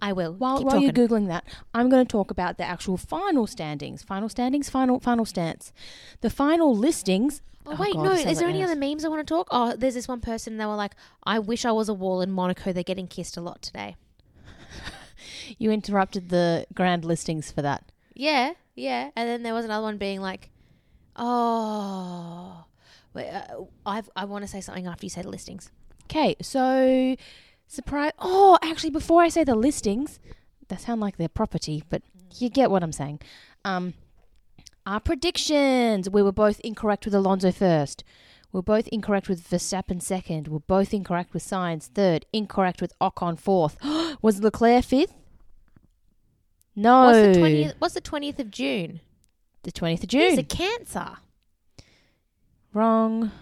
Speaker 2: I will.
Speaker 1: While,
Speaker 2: Keep
Speaker 1: while you're
Speaker 2: talking.
Speaker 1: googling that, I'm going to talk about the actual final standings. Final standings. Final final stance. The final listings.
Speaker 2: Oh, wait,
Speaker 1: God,
Speaker 2: no.
Speaker 1: it sounds
Speaker 2: Is there
Speaker 1: like
Speaker 2: any
Speaker 1: Anna's-
Speaker 2: other memes I want to talk? Oh, there's this one person. and They were like, "I wish I was a wall in Monaco. They're getting kissed a lot today."
Speaker 1: You interrupted the grand listings for that.
Speaker 2: Yeah, yeah. And then there was another one being like, "Oh, wait, uh, I've, I want to say something after you say the listings."
Speaker 1: Okay, so surprise. Oh, actually, before I say the listings, they sound like they're property, but you get what I'm saying. Um, our predictions. We were both incorrect with Alonso first. We We're both incorrect with Verstappen second. We We're both incorrect with Sainz third. Incorrect with Ocon fourth. [GASPS] was Leclerc fifth? No.
Speaker 2: What's the twentieth? What's the twentieth of June?
Speaker 1: The 20th of
Speaker 2: He's
Speaker 1: June.
Speaker 2: a Cancer.
Speaker 1: Wrong.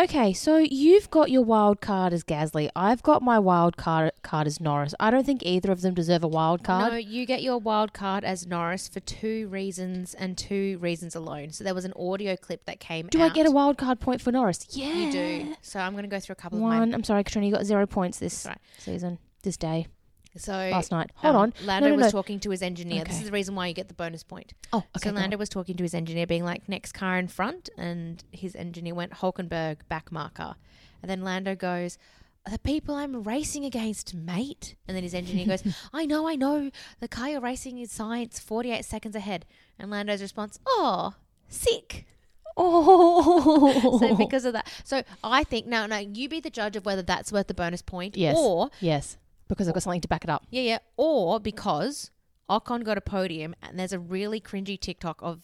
Speaker 1: Okay, so you've got your wild card as Gasly. I've got my wild card, card as Norris. I don't think either of them deserve a wild card.
Speaker 2: No, you get your wild card as Norris for two reasons and two reasons alone. So there was an audio clip that came.
Speaker 1: Do I get a
Speaker 2: out.
Speaker 1: wild card point for Norris? Yeah. [GASPS]
Speaker 2: You do. So I'm going to go through a couple of mine.
Speaker 1: One. I'm sorry, Katrina, you got zero points this
Speaker 2: That's right.
Speaker 1: season, this day,
Speaker 2: So
Speaker 1: last night. Hold
Speaker 2: um,
Speaker 1: on.
Speaker 2: Lando
Speaker 1: no,
Speaker 2: was
Speaker 1: no.
Speaker 2: talking to his engineer. This
Speaker 1: Okay.
Speaker 2: is the reason why you get the bonus point.
Speaker 1: Oh, okay.
Speaker 2: so
Speaker 1: go
Speaker 2: Lando was talking to his engineer, being like, next car in front. And his engineer went, Hulkenberg, back marker. And then Lando goes, the people I'm racing against, mate. And then his engineer goes, I know, I know. The car you're racing is science, 48 seconds ahead. And Lando's response, oh,
Speaker 1: [LAUGHS]
Speaker 2: sick.
Speaker 1: on. Oh.
Speaker 2: So because of that. So I think, no, no, you be the judge of whether that's worth the bonus point
Speaker 1: Yes.
Speaker 2: or
Speaker 1: [LAUGHS] yes, because I've got something to back it up.
Speaker 2: yeah, yeah. Or because Ocon got a podium and there's a really cringy TikTok of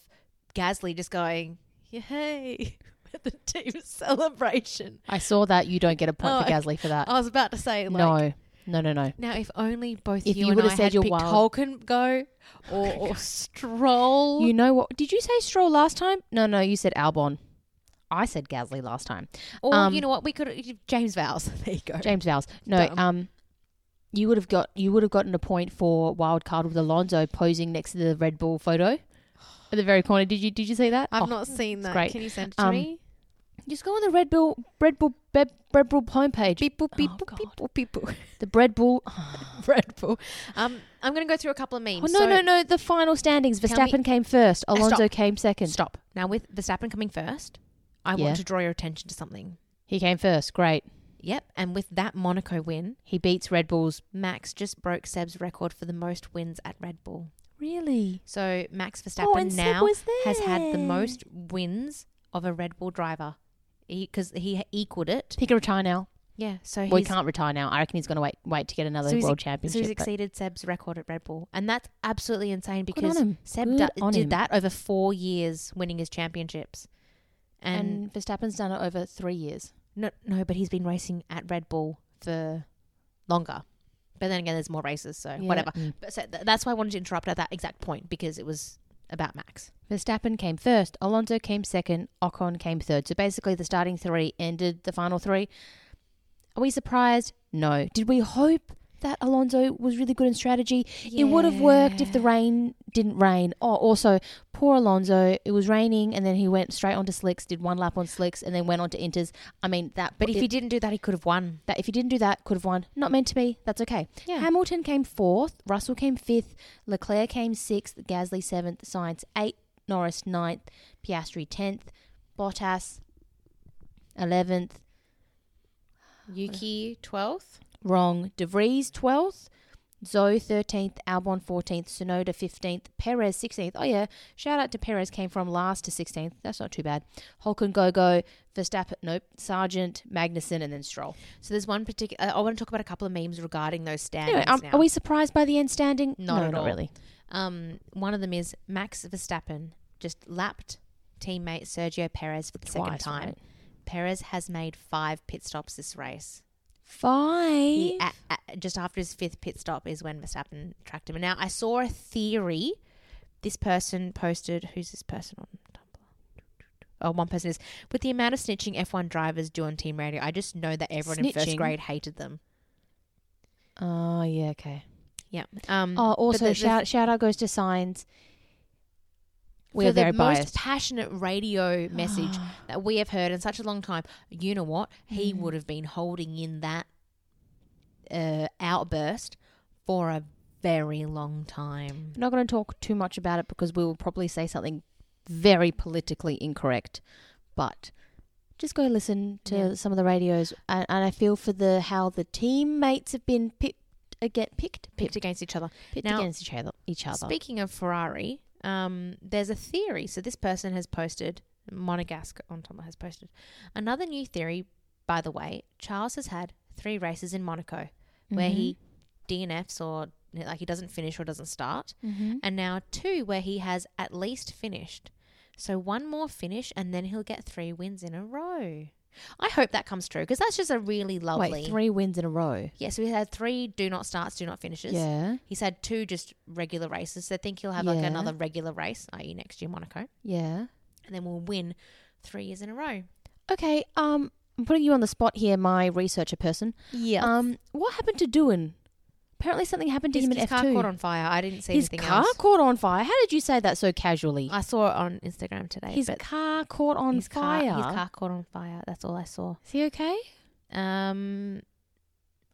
Speaker 2: Gasly just going, Yay [LAUGHS] at the team celebration.
Speaker 1: I saw that you don't get a point
Speaker 2: Oh,
Speaker 1: for Gasly for that.
Speaker 2: I was about to say like
Speaker 1: no, no, no, no.
Speaker 2: now if only both
Speaker 1: If
Speaker 2: you,
Speaker 1: you
Speaker 2: and
Speaker 1: would've
Speaker 2: I
Speaker 1: said
Speaker 2: had
Speaker 1: your
Speaker 2: picked
Speaker 1: wild-
Speaker 2: Hulkenberg
Speaker 1: [LAUGHS]
Speaker 2: or, or Stroll.
Speaker 1: You know what? Did you say Stroll last time? No, no, you said Albon. I said Gasly last time.
Speaker 2: or
Speaker 1: um,
Speaker 2: you know what, we could James Vowles. [LAUGHS] There you go.
Speaker 1: James Vowles. No,
Speaker 2: Dumb.
Speaker 1: um, you would have got you would have gotten a point for wild card with Alonso posing next to the Red Bull photo at the very corner. Did you did you see that?
Speaker 2: I've
Speaker 1: Oh,
Speaker 2: not seen that.
Speaker 1: great.
Speaker 2: Can you send it to
Speaker 1: Um, [LAUGHS]
Speaker 2: me?
Speaker 1: Just go on the Red Bull Red Bull Red, Red Bull homepage.
Speaker 2: Beep boop beep
Speaker 1: oh,
Speaker 2: boop, beep
Speaker 1: God.
Speaker 2: boop beep boop.
Speaker 1: The Red
Speaker 2: [LAUGHS]
Speaker 1: Bull.
Speaker 2: Red Bull. Um, I'm going to go through a couple of memes.
Speaker 1: Oh, no,
Speaker 2: So-
Speaker 1: no, no. The final standings.
Speaker 2: Tell
Speaker 1: Verstappen
Speaker 2: me- Eh,
Speaker 1: came first.
Speaker 2: stop.
Speaker 1: Alonso came second.
Speaker 2: Stop. Now, with Verstappen coming first, I
Speaker 1: Yeah.
Speaker 2: want to draw your attention to something.
Speaker 1: He came first. Great.
Speaker 2: Yep. And with that Monaco win,
Speaker 1: He beats Red Bulls.
Speaker 2: Max just broke Seb's record for the most wins at Red Bull.
Speaker 1: Really?
Speaker 2: So Max
Speaker 1: oh,
Speaker 2: Verstappen
Speaker 1: and Seb
Speaker 2: now
Speaker 1: was there.
Speaker 2: has had the most wins of a Red Bull driver because he, equaled it.
Speaker 1: He can retire now.
Speaker 2: Yeah. So
Speaker 1: Well, he
Speaker 2: he's,
Speaker 1: can't retire now. I reckon he's going to wait wait to get another
Speaker 2: So he's-
Speaker 1: world
Speaker 2: so
Speaker 1: championship.
Speaker 2: he's
Speaker 1: but-
Speaker 2: exceeded Seb's record at Red Bull, and that's absolutely insane
Speaker 1: Good on
Speaker 2: because
Speaker 1: him.
Speaker 2: Seb
Speaker 1: Good
Speaker 2: da-
Speaker 1: on
Speaker 2: did
Speaker 1: him.
Speaker 2: that over four years, winning his championships.
Speaker 1: and,
Speaker 2: And
Speaker 1: Verstappen's done it over three years.
Speaker 2: No, no, but he's been racing at Red Bull for longer.
Speaker 1: Mm.
Speaker 2: But then again, there's more races, so whatever. But so th- that's why I wanted to interrupt at that exact point because it was about Max.
Speaker 1: Verstappen came first, Alonso came second, Ocon came third. So basically, the starting three ended the final three. Are we surprised? No. Did we hope that Alonso was really good in strategy? It would have worked if the rain didn't rain. Oh, also, poor Alonso. It was raining, and then he went straight onto slicks, did one lap on slicks, and then went on to inters. I mean, that.
Speaker 2: But if
Speaker 1: it-
Speaker 2: he didn't do that, he could have won.
Speaker 1: that if he didn't do that, could have won. Not meant to be. That's okay.
Speaker 2: Yeah.
Speaker 1: Hamilton came fourth, Russell came fifth, Leclerc came sixth, Gasly seventh, Sainz eighth, Norris ninth, Piastri tenth, Bottas eleventh,
Speaker 2: Yuki twelfth.
Speaker 1: wrong, De Vries twelfth, Zoe thirteenth, Albon fourteenth, Sonoda fifteenth, Perez sixteenth. Oh yeah, shout out to Perez came from last to sixteenth. That's not too bad. Holken Gogo, Verstappen, nope, Sargent, Magnussen, and then Stroll.
Speaker 2: So there's one particular. I want to talk about a couple of memes regarding those standings
Speaker 1: Anyway, um,
Speaker 2: now.
Speaker 1: are we surprised by the end standing?
Speaker 2: Not
Speaker 1: no,
Speaker 2: at
Speaker 1: not
Speaker 2: all.
Speaker 1: really.
Speaker 2: um, one of them is Max Verstappen just lapped teammate Sergio Perez for the second
Speaker 1: Twice,
Speaker 2: time.
Speaker 1: right?
Speaker 2: Perez has made five pit stops this race. He,
Speaker 1: Five.
Speaker 2: a a- just after his fifth pit stop is when Verstappen tracked him. And now I saw a theory. This person posted. Who's this person on Tumblr? Oh, one person is with the amount of snitching F1 drivers do on team radio. I just know that everyone in
Speaker 1: Snitching?
Speaker 2: first grade hated them.
Speaker 1: Oh yeah, okay.
Speaker 2: Yeah. Um,
Speaker 1: Oh, also
Speaker 2: the- the-
Speaker 1: shout shout out goes to signs.
Speaker 2: for
Speaker 1: We're very
Speaker 2: the most
Speaker 1: biased.
Speaker 2: passionate
Speaker 1: [GASPS]
Speaker 2: radio message that we have heard in such a long time. You know what? He
Speaker 1: Mm.
Speaker 2: would have been holding in that uh, outburst for a very long time.
Speaker 1: I'm not going to talk too much about it because we will probably say something very politically incorrect. But just go listen to
Speaker 2: Yeah.
Speaker 1: some of the radios, and, and I feel for the how the teammates have been picked again, picked,
Speaker 2: Picked
Speaker 1: picked,
Speaker 2: against each other.
Speaker 1: picked
Speaker 2: Now,
Speaker 1: against each other. Each other.
Speaker 2: Speaking of Ferrari, um, there's a theory. So this person has posted, Monegasque on Tumblr has posted, another new theory, by the way. Charles has had three races in Monaco where
Speaker 1: Mhm.
Speaker 2: he DNFs or like he doesn't finish or doesn't start.
Speaker 1: Mhm.
Speaker 2: and now two where he has at least finished. So one more finish, and then he'll get three wins in a row. I hope that comes true because that's just a really lovely.
Speaker 1: Wait, three wins in a row.
Speaker 2: Yeah, so he had three do not starts, do not finishes.
Speaker 1: Yeah,
Speaker 2: He's had two just regular races. So I think he'll have like
Speaker 1: Yeah.
Speaker 2: another regular race, i.e., next year Monaco,
Speaker 1: yeah.
Speaker 2: and then we'll win three years in a row.
Speaker 1: Okay, um, I'm putting you on the spot here, my researcher person.
Speaker 2: Yeah.
Speaker 1: Um, what happened to Doohan? Apparently, something happened to
Speaker 2: his,
Speaker 1: him in
Speaker 2: his car
Speaker 1: F2.
Speaker 2: caught on fire. I didn't see
Speaker 1: His
Speaker 2: anything
Speaker 1: car
Speaker 2: else.
Speaker 1: caught on fire. How did you say that so casually?
Speaker 2: I saw it on Instagram today.
Speaker 1: his
Speaker 2: but
Speaker 1: car caught on
Speaker 2: his car-
Speaker 1: fire.
Speaker 2: his car caught on fire. That's all I saw.
Speaker 1: Is he okay?
Speaker 2: Um,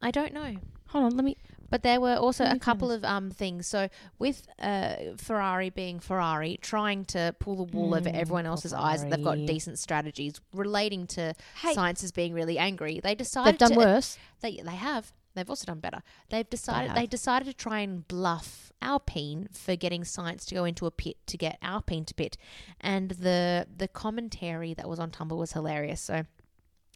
Speaker 2: I don't know.
Speaker 1: Hold on, let me.
Speaker 2: But there were also
Speaker 1: Let
Speaker 2: a
Speaker 1: me find
Speaker 2: couple of um, things. So with uh, Ferrari being Ferrari, trying to pull the wool over
Speaker 1: Mm,
Speaker 2: everyone
Speaker 1: poor
Speaker 2: else's eyes that they've got
Speaker 1: Ferrari.
Speaker 2: decent strategies relating to
Speaker 1: Hey,
Speaker 2: science as being really angry. They decided
Speaker 1: they've done
Speaker 2: to,
Speaker 1: worse.
Speaker 2: They, they have. They've also done better. They've decided
Speaker 1: have.
Speaker 2: they decided to try and bluff Alpine for getting science to go into a pit to get Alpine to pit, and the the commentary that was on Tumblr was hilarious. So.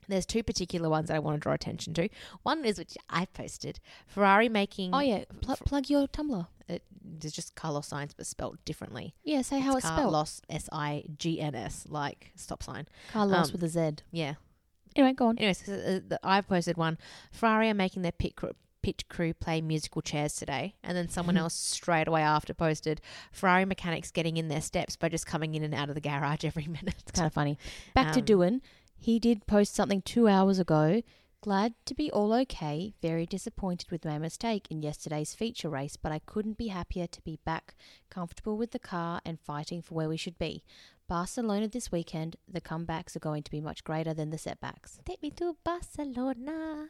Speaker 2: There's two particular ones that I want to draw attention to. One is which I posted Ferrari making
Speaker 1: Oh yeah, Pl- plug your Tumblr.
Speaker 2: it, there's just Carlos Sainz, but spelled differently.
Speaker 1: Yeah, say how it's spelled.
Speaker 2: Carlos S I G N S, like stop sign.
Speaker 1: Carlos
Speaker 2: Um,
Speaker 1: with a Z.
Speaker 2: Yeah.
Speaker 1: Anyway, go on.
Speaker 2: Anyways, uh, the- I posted one. Ferrari are making their pit crew, pit crew play musical chairs today, and
Speaker 1: [LAUGHS]
Speaker 2: then someone else straight away after posted Ferrari mechanics getting in their steps by just coming in and out of the garage [LAUGHS] every minute.
Speaker 1: It's kind of funny. Back to
Speaker 2: Um,
Speaker 1: Doohan. He did post something two hours ago. Glad to be all okay. Very disappointed with my mistake in yesterday's feature race, but I couldn't be happier to be back comfortable with the car and fighting for where we should be. Barcelona this weekend, the comebacks are going to be much greater than the setbacks.
Speaker 2: Take me to Barcelona.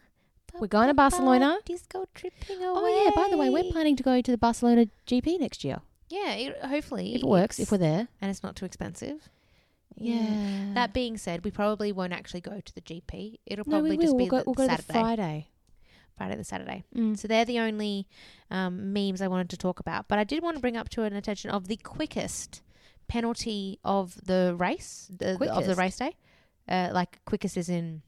Speaker 1: We're going to Barcelona.
Speaker 2: Disco tripping away.
Speaker 1: Oh, yeah, by the way, we're planning to go to the Barcelona GP next year.
Speaker 2: Yeah, it, hopefully
Speaker 1: If it works,
Speaker 2: it's-
Speaker 1: if we're there.
Speaker 2: and it's not too expensive.
Speaker 1: Yeah.
Speaker 2: That being said, we probably won't actually go to the GP. It'll
Speaker 1: no,
Speaker 2: probably
Speaker 1: we will.
Speaker 2: just be
Speaker 1: we'll go,
Speaker 2: the,
Speaker 1: we'll go to the
Speaker 2: Saturday,
Speaker 1: Friday.
Speaker 2: Friday the Saturday.
Speaker 1: Mm.
Speaker 2: So they're the only um, memes I wanted to talk about. But I did want to bring up to an attention of the quickest penalty of the race the, the- of the
Speaker 1: Quickest?
Speaker 2: race day. Uh, like quickest is in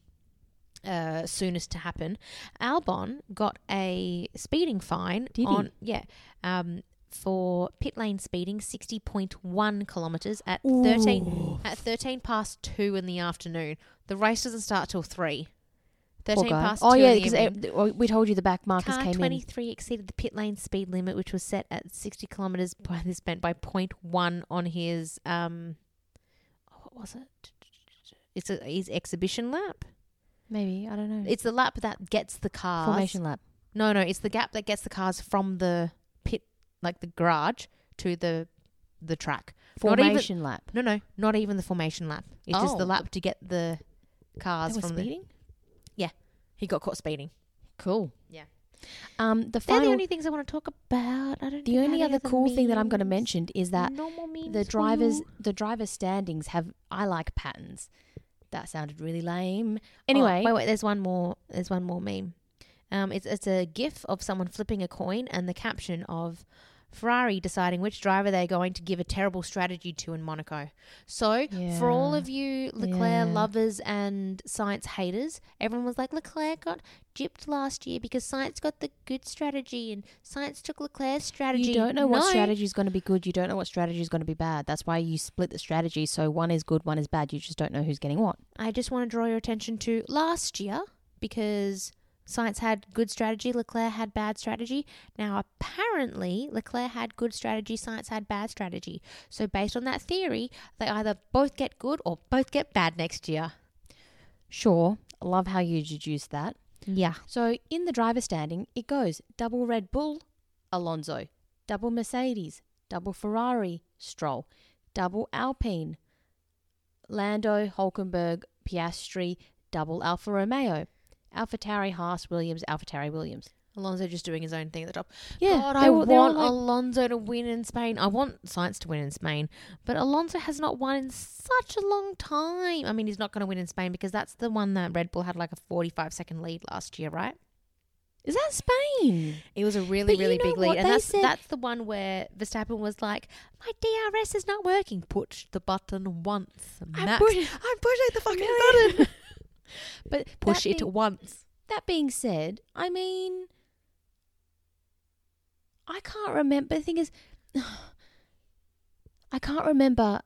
Speaker 2: uh, soonest to happen. Albon got a speeding fine
Speaker 1: Did he?
Speaker 2: on yeah um, for pit lane speeding sixty point one kilometers at thirteen at 13 past 2 in the afternoon. The race doesn't start till 3.
Speaker 1: Poor
Speaker 2: 13
Speaker 1: guy.
Speaker 2: past
Speaker 1: Oh
Speaker 2: two
Speaker 1: yeah,
Speaker 2: in the evening.
Speaker 1: because we told you the back markers
Speaker 2: Car
Speaker 1: came
Speaker 2: 23 exceeded the pit lane speed limit, which was set at 60 kilometres [LAUGHS] by this man by 0.1 on his um, oh, what was it? It's a, his exhibition lap.
Speaker 1: in. Maybe I don't know.
Speaker 2: It's the lap that gets the cars.
Speaker 1: Formation lap.
Speaker 2: No, no, it's the gap that gets the cars from the pit, like the garage, to the the track. Not even-
Speaker 1: Formation lap.
Speaker 2: No, no, not even the formation lap. It's just the
Speaker 1: Oh.
Speaker 2: lap to get the cars
Speaker 1: They were
Speaker 2: from the.
Speaker 1: speeding.
Speaker 2: He got caught speeding.
Speaker 1: Cool.
Speaker 2: Yeah.
Speaker 1: Um, the
Speaker 2: They're
Speaker 1: final,
Speaker 2: the only things I want to talk about. I don't.
Speaker 1: the only other cool thing that I'm going to mention is that
Speaker 2: normal memes
Speaker 1: the drivers, the driver standings have. I like patterns. That sounded really lame. Anyway,
Speaker 2: Oh, wait, wait. There's one more. There's one more meme. Um, it's it's a GIF of someone flipping a coin and the caption of Ferrari deciding which driver they're going to give a terrible strategy to in Monaco. So for all
Speaker 1: Yeah.
Speaker 2: of you Leclerc
Speaker 1: Yeah.
Speaker 2: lovers and science haters, everyone was like Leclerc got gypped last year because science got the good strategy and science took Leclerc's strategy.
Speaker 1: you don't know what
Speaker 2: No.
Speaker 1: strategy is going to be good. You don't know what strategy is going to be bad. That's why you split the strategy. So one is good, one is bad. You just don't know who's getting what.
Speaker 2: I just want to draw your attention to last year because science had good strategy, Leclerc had bad strategy. Now, apparently, Leclerc had good strategy, science had bad strategy. So, based on that theory, they either both get good or both get bad next year.
Speaker 1: Sure, I love how you deduce that.
Speaker 2: Yeah.
Speaker 1: So in the driver standing, it goes double Red Bull, Alonso, double Mercedes, double Ferrari, Stroll, double Alpine, Lando, Hulkenberg, Piastri, double Alfa Romeo, AlphaTauri, Haas, Williams, AlphaTauri, Williams.
Speaker 2: Alonso just doing his own thing at the top.
Speaker 1: Yeah,
Speaker 2: God,
Speaker 1: they
Speaker 2: I
Speaker 1: were- they were
Speaker 2: want
Speaker 1: like-
Speaker 2: Alonso to win in Spain. I want science to win in Spain. But Alonso has not won in such a long time. I mean, he's not going to win in Spain because that's the one that Red Bull had like a 45 second lead last year, right?
Speaker 1: Is that Spain?
Speaker 2: It was a really,
Speaker 1: you
Speaker 2: really
Speaker 1: know
Speaker 2: big
Speaker 1: what?
Speaker 2: lead. And
Speaker 1: They
Speaker 2: that's,
Speaker 1: said-
Speaker 2: that's the one where Verstappen was like, My DRS is not working. Push the button once. Max.
Speaker 1: push-
Speaker 2: I'm pushing the fucking
Speaker 1: Yeah.
Speaker 2: button.
Speaker 1: But
Speaker 2: [LAUGHS] Push
Speaker 1: that
Speaker 2: it
Speaker 1: being-
Speaker 2: once.
Speaker 1: that being said, I mean, I can't remember. The thing is, [SIGHS] I can't remember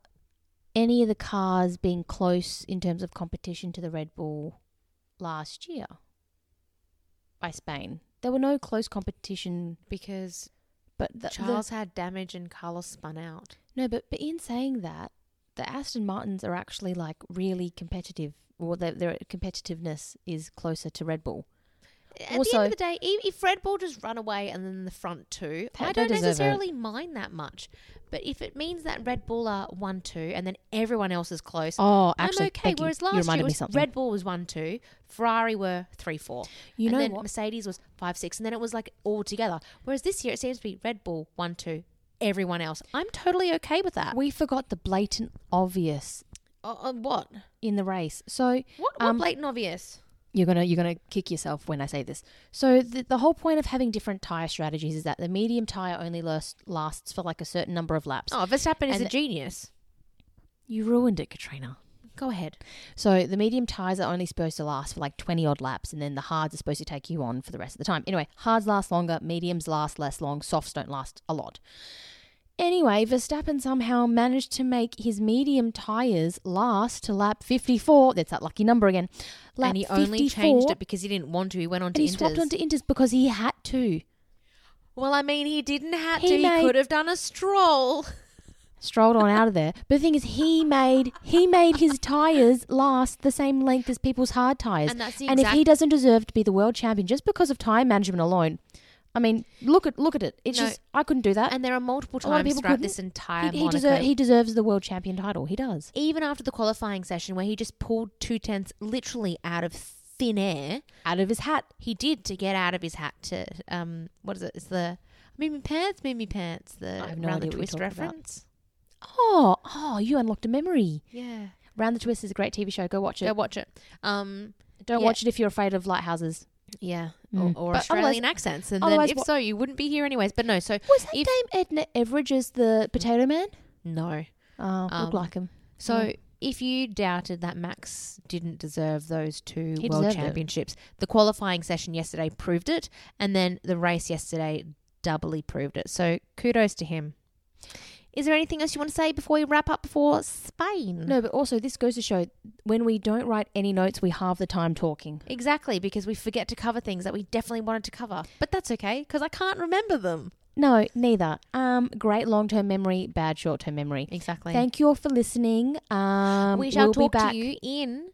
Speaker 1: any of the cars being close in terms of competition to the Red Bull last year by Spain. There were no close competition,
Speaker 2: Because
Speaker 1: but the, the-
Speaker 2: Charles had damage and Carlos spun out.
Speaker 1: no, but but in saying that, the Aston Martins are actually like really competitive, or their, their competitiveness is closer to Red Bull.
Speaker 2: At the
Speaker 1: Also-
Speaker 2: end of the day, e- if Red Bull just run away and then the front two,
Speaker 1: They-
Speaker 2: I
Speaker 1: they
Speaker 2: don't
Speaker 1: deserve it.
Speaker 2: necessarily mind that much. But if it means that Red Bull are one two and then everyone else is close,
Speaker 1: Oh,
Speaker 2: I'm okay.
Speaker 1: thank you.
Speaker 2: Whereas
Speaker 1: You
Speaker 2: last year
Speaker 1: reminded me
Speaker 2: it was
Speaker 1: something.
Speaker 2: Red Bull was one two, Ferrari were three four.
Speaker 1: You
Speaker 2: and
Speaker 1: know
Speaker 2: then
Speaker 1: what?
Speaker 2: Mercedes was five six, and then it was like all together. Whereas this year it seems to be Red Bull one two, everyone else. I'm totally okay with that.
Speaker 1: We forgot the blatant obvious
Speaker 2: Uh, uh, what?
Speaker 1: in the race. So
Speaker 2: What? What
Speaker 1: Um,
Speaker 2: blatant obvious?
Speaker 1: you're gonna you're gonna kick yourself when I say this. So the, the whole point of having different tire strategies is that the medium tire only lasts, lasts for like a certain number of laps.
Speaker 2: Oh, Verstappen is
Speaker 1: and-
Speaker 2: a genius.
Speaker 1: You ruined it, Katrina.
Speaker 2: Go ahead.
Speaker 1: So the medium tires are only supposed to last for like 20 odd laps and then the hards are supposed to take you on for the rest of the time. Anyway, hards last longer, mediums last less long, softs don't last a lot. Anyway, Verstappen somehow managed to make his medium tires last to lap 54. That's that lucky number again. Lap
Speaker 2: and he only
Speaker 1: 54,
Speaker 2: changed it because he didn't want to. He went on
Speaker 1: and
Speaker 2: to
Speaker 1: he swapped
Speaker 2: Inters.
Speaker 1: onto Inters because he had to.
Speaker 2: well, I mean, he didn't have
Speaker 1: He
Speaker 2: to.
Speaker 1: made-
Speaker 2: He could have done a stroll.
Speaker 1: Strolled on out of there. But the thing is, he made he made his tires last the same length as people's hard tires.
Speaker 2: And that's the
Speaker 1: and if
Speaker 2: exact-
Speaker 1: he doesn't deserve to be the world champion just because of time management alone, I mean, look at look at it. It's
Speaker 2: No.
Speaker 1: just I couldn't do that.
Speaker 2: And there are multiple
Speaker 1: Uh, A lot of
Speaker 2: times
Speaker 1: people
Speaker 2: throughout
Speaker 1: couldn't.
Speaker 2: this entire
Speaker 1: he, he,
Speaker 2: Monaco.
Speaker 1: deser- he deserves the world champion title. He does.
Speaker 2: even after the qualifying session where he just pulled two tenths literally out of thin air,
Speaker 1: Out of his hat.
Speaker 2: he did to get out of his hat to um what is it? It's the Mimi Pants, Mimi Pants, the
Speaker 1: I have no idea
Speaker 2: round the
Speaker 1: what you're
Speaker 2: twist
Speaker 1: talking about.
Speaker 2: reference.
Speaker 1: Oh, oh, you unlocked a memory.
Speaker 2: Yeah.
Speaker 1: Round the Twist is a great TV show. Go watch it.
Speaker 2: Go watch it. Um
Speaker 1: Don't
Speaker 2: yeah.
Speaker 1: watch it if you're afraid of lighthouses.
Speaker 2: yeah.
Speaker 1: Mm.
Speaker 2: Or, or
Speaker 1: But
Speaker 2: Australian accents. And then
Speaker 1: otherwise
Speaker 2: if
Speaker 1: what-
Speaker 2: so, you wouldn't be here anyways. But no, so
Speaker 1: Was that
Speaker 2: If-
Speaker 1: Dame Edna Everage as the Potato Man?
Speaker 2: no.
Speaker 1: Oh,
Speaker 2: Um,
Speaker 1: look like him.
Speaker 2: So
Speaker 1: Yeah.
Speaker 2: if you doubted that Max didn't deserve those two
Speaker 1: He
Speaker 2: world
Speaker 1: deserved it.
Speaker 2: championships, the qualifying session yesterday proved it, and then the race yesterday doubly proved it. So kudos to him. Is there anything else you want to say before we wrap up before Spain?
Speaker 1: No, but also this goes to show when we don't write any notes, we halve the time talking.
Speaker 2: Exactly, because we forget to cover things that we definitely wanted to cover. But that's okay, because I can't remember them.
Speaker 1: No, neither. Um, great long term memory, bad short term memory.
Speaker 2: Exactly.
Speaker 1: Thank you all for listening. Um,
Speaker 2: we shall
Speaker 1: we'll
Speaker 2: talk
Speaker 1: be back.
Speaker 2: to you in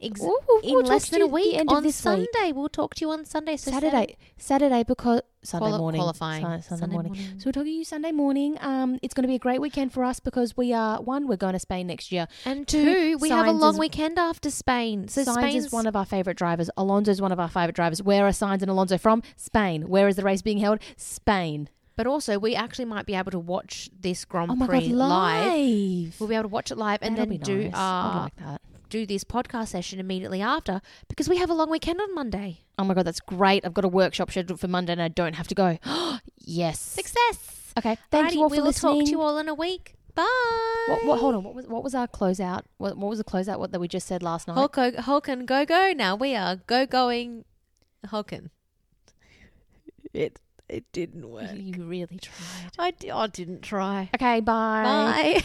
Speaker 2: ex-
Speaker 1: Ooh, we'll-
Speaker 2: in
Speaker 1: we'll talk
Speaker 2: less
Speaker 1: to
Speaker 2: than
Speaker 1: you
Speaker 2: a
Speaker 1: at the
Speaker 2: week
Speaker 1: end of
Speaker 2: on
Speaker 1: this week.
Speaker 2: Sunday. We'll talk to you on Sunday. So
Speaker 1: Saturday, Saturday because Sunday
Speaker 2: Quali-
Speaker 1: morning,
Speaker 2: qualifying.
Speaker 1: Sun- Sunday,
Speaker 2: Sunday
Speaker 1: morning.
Speaker 2: morning.
Speaker 1: So we're talking to you Sunday morning. Um, it's going to be a great weekend for us because we are one. We're going to Spain next year.
Speaker 2: Saturday. and two, we have a
Speaker 1: Signs
Speaker 2: long
Speaker 1: is-
Speaker 2: weekend after Spain. So
Speaker 1: Signs
Speaker 2: Spain's
Speaker 1: is one of our favorite drivers. Alonso's one of our favorite drivers. Where are Signs and Alonso from? Spain. Where is the race being held? Spain.
Speaker 2: but also we actually might be able to watch this Grand
Speaker 1: Oh my
Speaker 2: Prix
Speaker 1: god, live.
Speaker 2: We'll be able to watch it live and
Speaker 1: That'll
Speaker 2: then do
Speaker 1: be nice. Oh I
Speaker 2: uh,
Speaker 1: like that.
Speaker 2: do this podcast session immediately after because we have a long weekend on Monday.
Speaker 1: Oh my god, that's great. I've got a workshop scheduled for Monday and I don't have to go. [GASPS] yes.
Speaker 2: Success.
Speaker 1: Okay. Thank
Speaker 2: Alrighty,
Speaker 1: you all for
Speaker 2: we will
Speaker 1: listening.
Speaker 2: talk to you all in a week. Bye.
Speaker 1: What, what, hold on. What was what was our closeout? What, what was the closeout? What that we just said last night?
Speaker 2: Hulk, Hulken, go go! Now we are go going, Hulken. It it didn't
Speaker 1: You really tried.
Speaker 2: I, d- I didn't try.
Speaker 1: Okay. Bye.
Speaker 2: Bye.